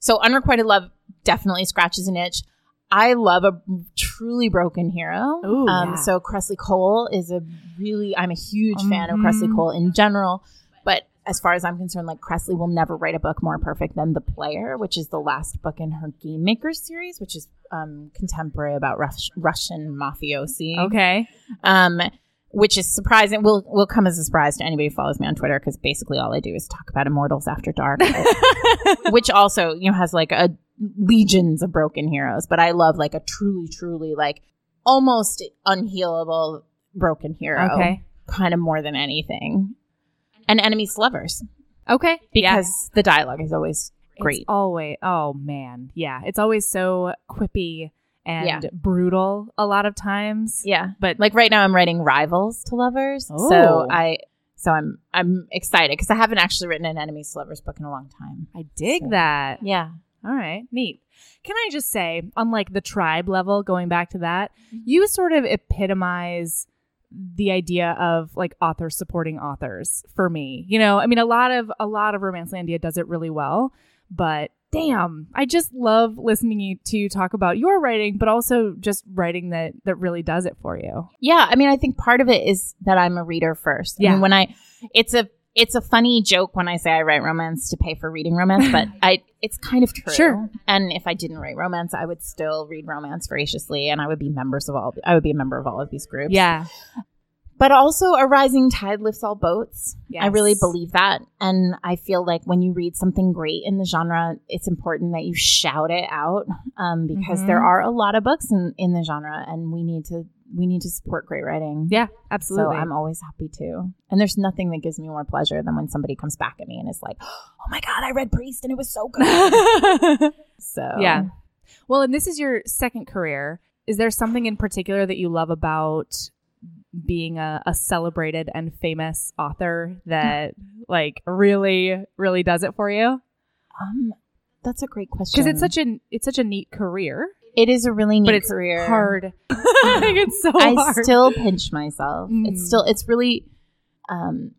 Speaker 2: so unrequited love definitely scratches an itch. I love a truly broken hero.
Speaker 1: Ooh,
Speaker 2: um,
Speaker 1: yeah.
Speaker 2: So Cressley Cole is a really, I'm a huge fan of
Speaker 1: Mhm.
Speaker 2: Cressley Cole in general. But as far as I'm concerned, like Cressley will never write a book more perfect than The Player, which is the last book in her Game Maker series, which is um, contemporary about Rus- Russian mafiosi.
Speaker 1: Okay.
Speaker 2: Um, which is surprising. Will will come as a surprise to anybody who follows me on Twitter because basically all I do is talk about Immortals After Dark, which also you know has like a legions of broken heroes. But I love like a truly, truly like almost unhealable broken hero,
Speaker 1: Okay.
Speaker 2: kind of more than anything. And enemies to lovers
Speaker 1: Okay. Yeah.
Speaker 2: because the dialogue is always great.
Speaker 1: It's always oh man, yeah. It's always so quippy and
Speaker 2: Yeah.
Speaker 1: brutal a lot of times.
Speaker 2: yeah,
Speaker 1: But
Speaker 2: like right now I'm writing Rivals to Lovers,
Speaker 1: Oh.
Speaker 2: so I. So I'm I'm excited because I haven't actually written an enemies to lovers book in a long time.
Speaker 1: I dig
Speaker 2: So-
Speaker 1: that.
Speaker 2: Yeah.
Speaker 1: All right, neat. Can I just say, on like the tribe level, going back to that,
Speaker 2: Mm-hmm.
Speaker 1: you sort of epitomize the idea of like authors supporting authors for me. You know, I mean, a lot of a lot of Romancelandia does it really well, but damn, I just love listening you- to you talk about your writing, but also just writing that that really does it for you.
Speaker 2: Yeah, I mean I think part of it is that I'm a reader first. I mean,
Speaker 1: Yeah.
Speaker 2: when I it's a it's a funny joke when I say I write romance to pay for reading romance, but I it's kind of true.
Speaker 1: Sure.
Speaker 2: And if I didn't write romance, I would still read romance voraciously and I would be members of all I would be a member of all of these groups.
Speaker 1: Yeah,
Speaker 2: But also a rising tide lifts all boats. I really
Speaker 1: Yes.
Speaker 2: believe that. And I feel like when you read something great in the genre, it's important that you shout it out um, because
Speaker 1: Mhm.
Speaker 2: there are a lot of books in, in the genre and we need to we need to support great writing.
Speaker 1: yeah,
Speaker 2: So
Speaker 1: absolutely.
Speaker 2: I'm always happy to. And there's nothing that gives me more pleasure than when somebody comes back at me and is like, "Oh my god, I read Priest and it was so good." so
Speaker 1: Yeah. Well, and this is your second career. Is there something in particular that you love about being a, a celebrated and famous author that like really really does it for you?
Speaker 2: um, that's a great question
Speaker 1: Because it's such a it's such a neat career,
Speaker 2: it is a really neat
Speaker 1: but it's
Speaker 2: career.
Speaker 1: hard. Like, it's so
Speaker 2: I
Speaker 1: hard.
Speaker 2: still pinch myself.
Speaker 1: Mm.
Speaker 2: It's still it's really um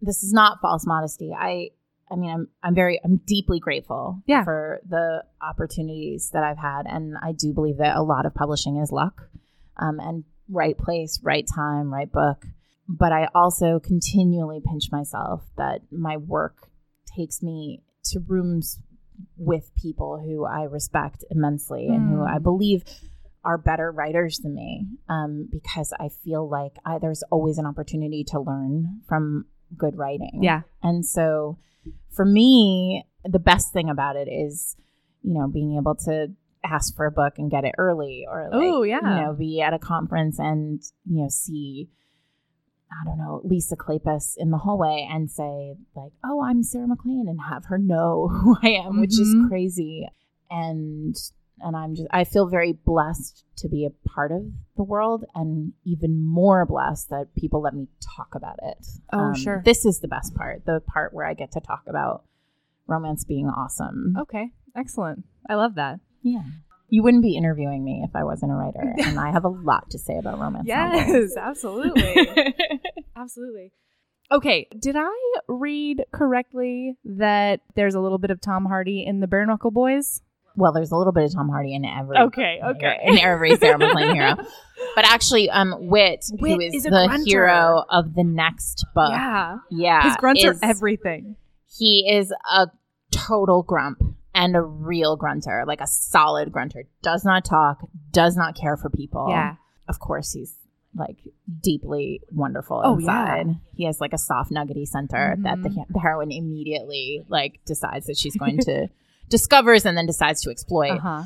Speaker 2: this is not false modesty. I I mean I'm I'm very I'm deeply grateful
Speaker 1: Yeah.
Speaker 2: for the opportunities that I've had and I do believe that a lot of publishing is luck. Um and right place, right time, right book. But I also continually pinch myself that my work takes me to rooms with people who I respect immensely and who
Speaker 1: Mm.
Speaker 2: I believe are better writers than me um, because I feel like I, there's always an opportunity to learn from good writing.
Speaker 1: yeah.
Speaker 2: And so for me, the best thing about it is, you know, being able to ask for a book and get it early or like,
Speaker 1: Oh, yeah.
Speaker 2: you know, be at a conference and, you know, see, I don't know, Lisa Kleypas in the hallway and say like, oh, I'm Sarah McLean and have her know who I am, which is
Speaker 1: Mhm.
Speaker 2: crazy. And, and I'm just, I feel very blessed to be a part of the world and even more blessed that people let me talk about it. Um,
Speaker 1: Oh, sure.
Speaker 2: This is the best part, the part where I get to talk about romance being awesome.
Speaker 1: Okay. Excellent. I love that.
Speaker 2: Yeah. You wouldn't be interviewing me if I wasn't a writer, and I have a lot to say about romance. novels.
Speaker 1: yes, absolutely. Absolutely. Okay, did I read correctly that there's a little bit of Tom Hardy in the Bare Knuckle Boys?
Speaker 2: well, there's a little bit of Tom Hardy in every
Speaker 1: Okay,
Speaker 2: in every Sarah McLean hero. But actually, um, Wit,
Speaker 1: Whit
Speaker 2: who is,
Speaker 1: is a
Speaker 2: the
Speaker 1: grunter.
Speaker 2: hero of the next book, yeah,
Speaker 1: yeah. His grunts
Speaker 2: is-
Speaker 1: are everything.
Speaker 2: he is a total grump and a real grunter, like a solid grunter. Does not talk, does not care for people. of course he's like deeply wonderful
Speaker 1: Oh,
Speaker 2: inside. He has like a soft nuggety center that the,
Speaker 1: Mhm.
Speaker 2: the heroine immediately like decides that she's going to discovers and then decides to exploit.
Speaker 1: Uh-huh.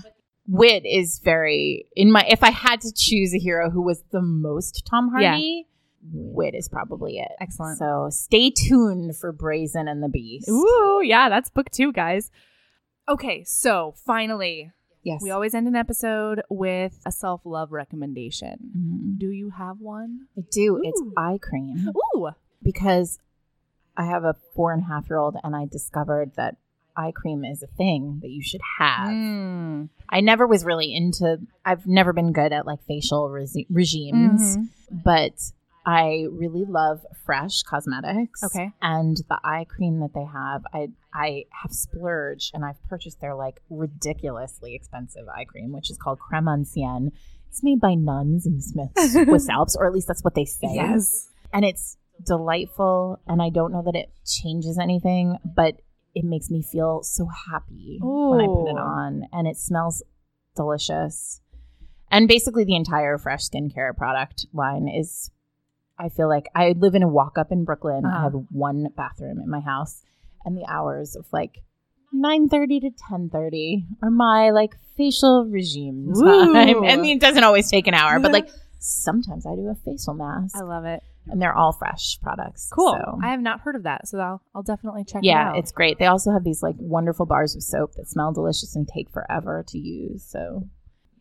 Speaker 2: Wit is very in my if I had to choose a hero who was the most Tom
Speaker 1: Yeah.
Speaker 2: Hardy, Wit is probably it.
Speaker 1: Excellent.
Speaker 2: So stay tuned for Brazen and the Beast.
Speaker 1: Ooh, yeah, that's book two, guys. Okay, so finally,
Speaker 2: Yes.
Speaker 1: we always end an episode with a self love recommendation.
Speaker 2: Mhm.
Speaker 1: Do you have one?
Speaker 2: I do. It's
Speaker 1: Ooh.
Speaker 2: eye cream.
Speaker 1: Ooh.
Speaker 2: because I have a four and a half year old and I discovered that eye cream is a thing that you should have.
Speaker 1: Mm.
Speaker 2: I never was
Speaker 1: Mm-hmm.
Speaker 2: really into, I've never been good at like facial resi- regimes, but I really love Fresh Cosmetics.
Speaker 1: Okay.
Speaker 2: And the eye cream that they have, I I have splurged and I've purchased their like ridiculously expensive eye cream, which is called Creme Ancienne. It's made by nuns in the Smith- Swiss Alps, or at least that's what they say.
Speaker 1: Yes.
Speaker 2: And it's delightful. And I don't know that it changes anything, but it makes me feel so happy when I put it
Speaker 1: Ooh.
Speaker 2: on. And it smells delicious. And basically, the entire fresh skincare product line is, I feel like I live in a walk up in Brooklyn. I
Speaker 1: Uh-huh.
Speaker 2: have one bathroom in my house, and the hours of like 9.30 to 10.30 are my like facial regime time.
Speaker 1: Ooh.
Speaker 2: I mean, it doesn't always take an hour, but like sometimes I do a facial mask
Speaker 1: I love it.
Speaker 2: and they're all fresh products.
Speaker 1: Cool.
Speaker 2: so-
Speaker 1: I have not heard of that, so I'll, I'll definitely check it
Speaker 2: yeah,
Speaker 1: out.
Speaker 2: it's great. They also have these like wonderful bars of soap that smell delicious and take forever to use. So,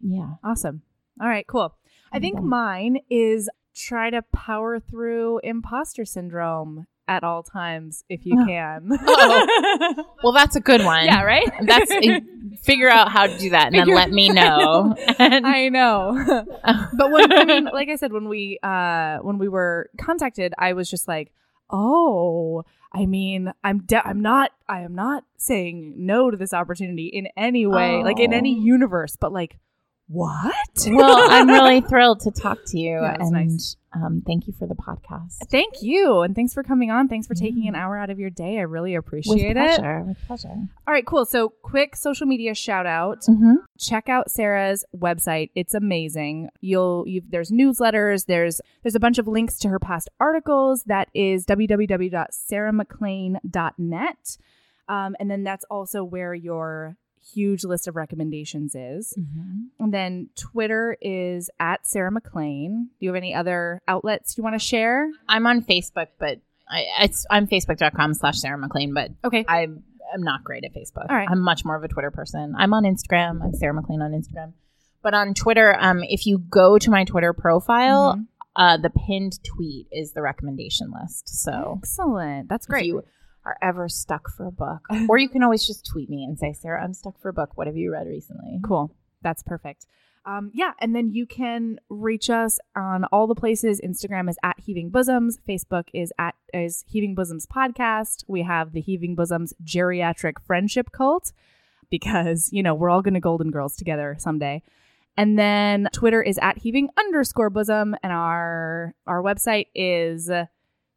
Speaker 2: yeah.
Speaker 1: awesome. All right, cool. I think
Speaker 2: Mhm.
Speaker 1: mine is try to power through imposter syndrome at all times if you
Speaker 2: Oh.
Speaker 1: can.
Speaker 2: Well, that's a good one.
Speaker 1: yeah, right?
Speaker 2: That's eh, figure out how to do that and
Speaker 1: Figure-
Speaker 2: then let me know. And-
Speaker 1: I know. but when I mean, like I said, when we uh when we were contacted, I was just like, oh, I mean, I'm de- I'm not I am not saying no to this opportunity in any way, like in
Speaker 2: Oh.
Speaker 1: any universe, but like what?
Speaker 2: well, I'm really thrilled to talk to you
Speaker 1: Yeah, it was
Speaker 2: and
Speaker 1: nice.
Speaker 2: um, thank you for the podcast.
Speaker 1: Thank you, and thanks for coming on. Thanks for taking
Speaker 2: Yeah.
Speaker 1: an hour out of your day. I really
Speaker 2: Mm-hmm. With
Speaker 1: appreciate it.
Speaker 2: pleasure. With pleasure.
Speaker 1: All right, cool. So, quick social media shout out.
Speaker 2: Mm-hmm.
Speaker 1: check out Sarah's website. It's amazing. You'll you there's newsletters, there's there's a bunch of links to her past articles. That is www.sarahmclain.net. Um, and then that's also where your huge list of recommendations is.
Speaker 2: Mm-hmm.
Speaker 1: And then Twitter is at Sarah McLean. Do you have any other outlets you want to share?
Speaker 2: I'm on Facebook, but I, it's I'm facebook.com slash Sarah McLean, but
Speaker 1: Okay.
Speaker 2: I am not great at Facebook.
Speaker 1: All right.
Speaker 2: I'm much more of a Twitter person. I'm on Instagram. I'm Sarah McLean on Instagram. But on Twitter, um, if you go to my Twitter profile,
Speaker 1: Mhm.
Speaker 2: uh, the pinned tweet is the recommendation list. So
Speaker 1: Excellent. That's
Speaker 2: if
Speaker 1: great.
Speaker 2: you are ever stuck for a book, or you can always just tweet me and say, Sarah, I'm stuck for a book. What have you read recently?
Speaker 1: Cool. That's perfect. Um, yeah, and then you can reach us on all the places. Instagram is at Heaving Bosoms. Facebook is at is Heaving Bosoms Podcast. We have the Heaving Bosoms Geriatric Friendship Cult because you know we're all going to Golden Girls together someday. And then Twitter is at Heaving underscore Bosom, and our our website is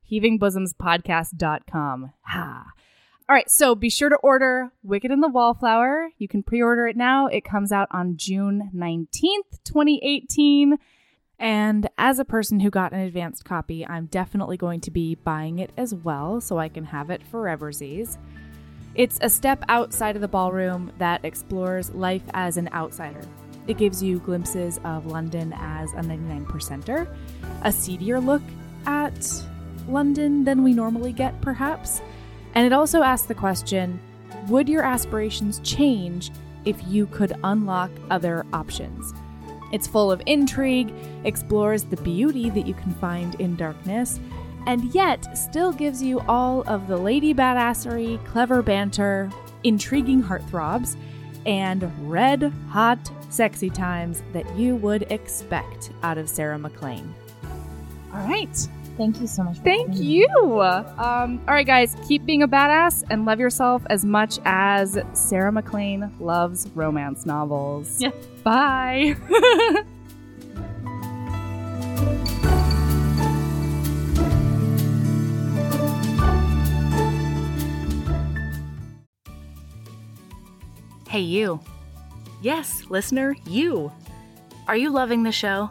Speaker 1: heavingbosomspodcast.com. Ha. All right, so be sure to order Wicked and the Wallflower. You can pre order it now. It comes out on June 19th, 2018. And as a person who got an advanced copy, I'm definitely going to be buying it as well so I can have it foreverzies. It's a step outside of the ballroom that explores life as an outsider. It gives you glimpses of London as a 99%er, a seedier look at London than we normally get, perhaps. And it also asks the question Would your aspirations change if you could unlock other options? It's full of intrigue, explores the beauty that you can find in darkness, and yet still gives you all of the lady badassery, clever banter, intriguing heartthrobs, and red hot sexy times that you would expect out of Sarah McLean. All right.
Speaker 2: Thank you so much. for
Speaker 1: Thank
Speaker 2: having me.
Speaker 1: you. Um, all right, guys, keep being a badass and love yourself as much as Sarah McLean loves romance novels.
Speaker 2: Yeah.
Speaker 1: Bye. hey, you. Yes, listener, you. Are you loving the show?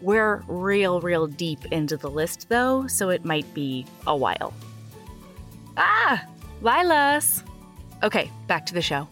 Speaker 1: We're real, real deep into the list though, so it might be a while. Ah, Lilas! Okay, back to the show.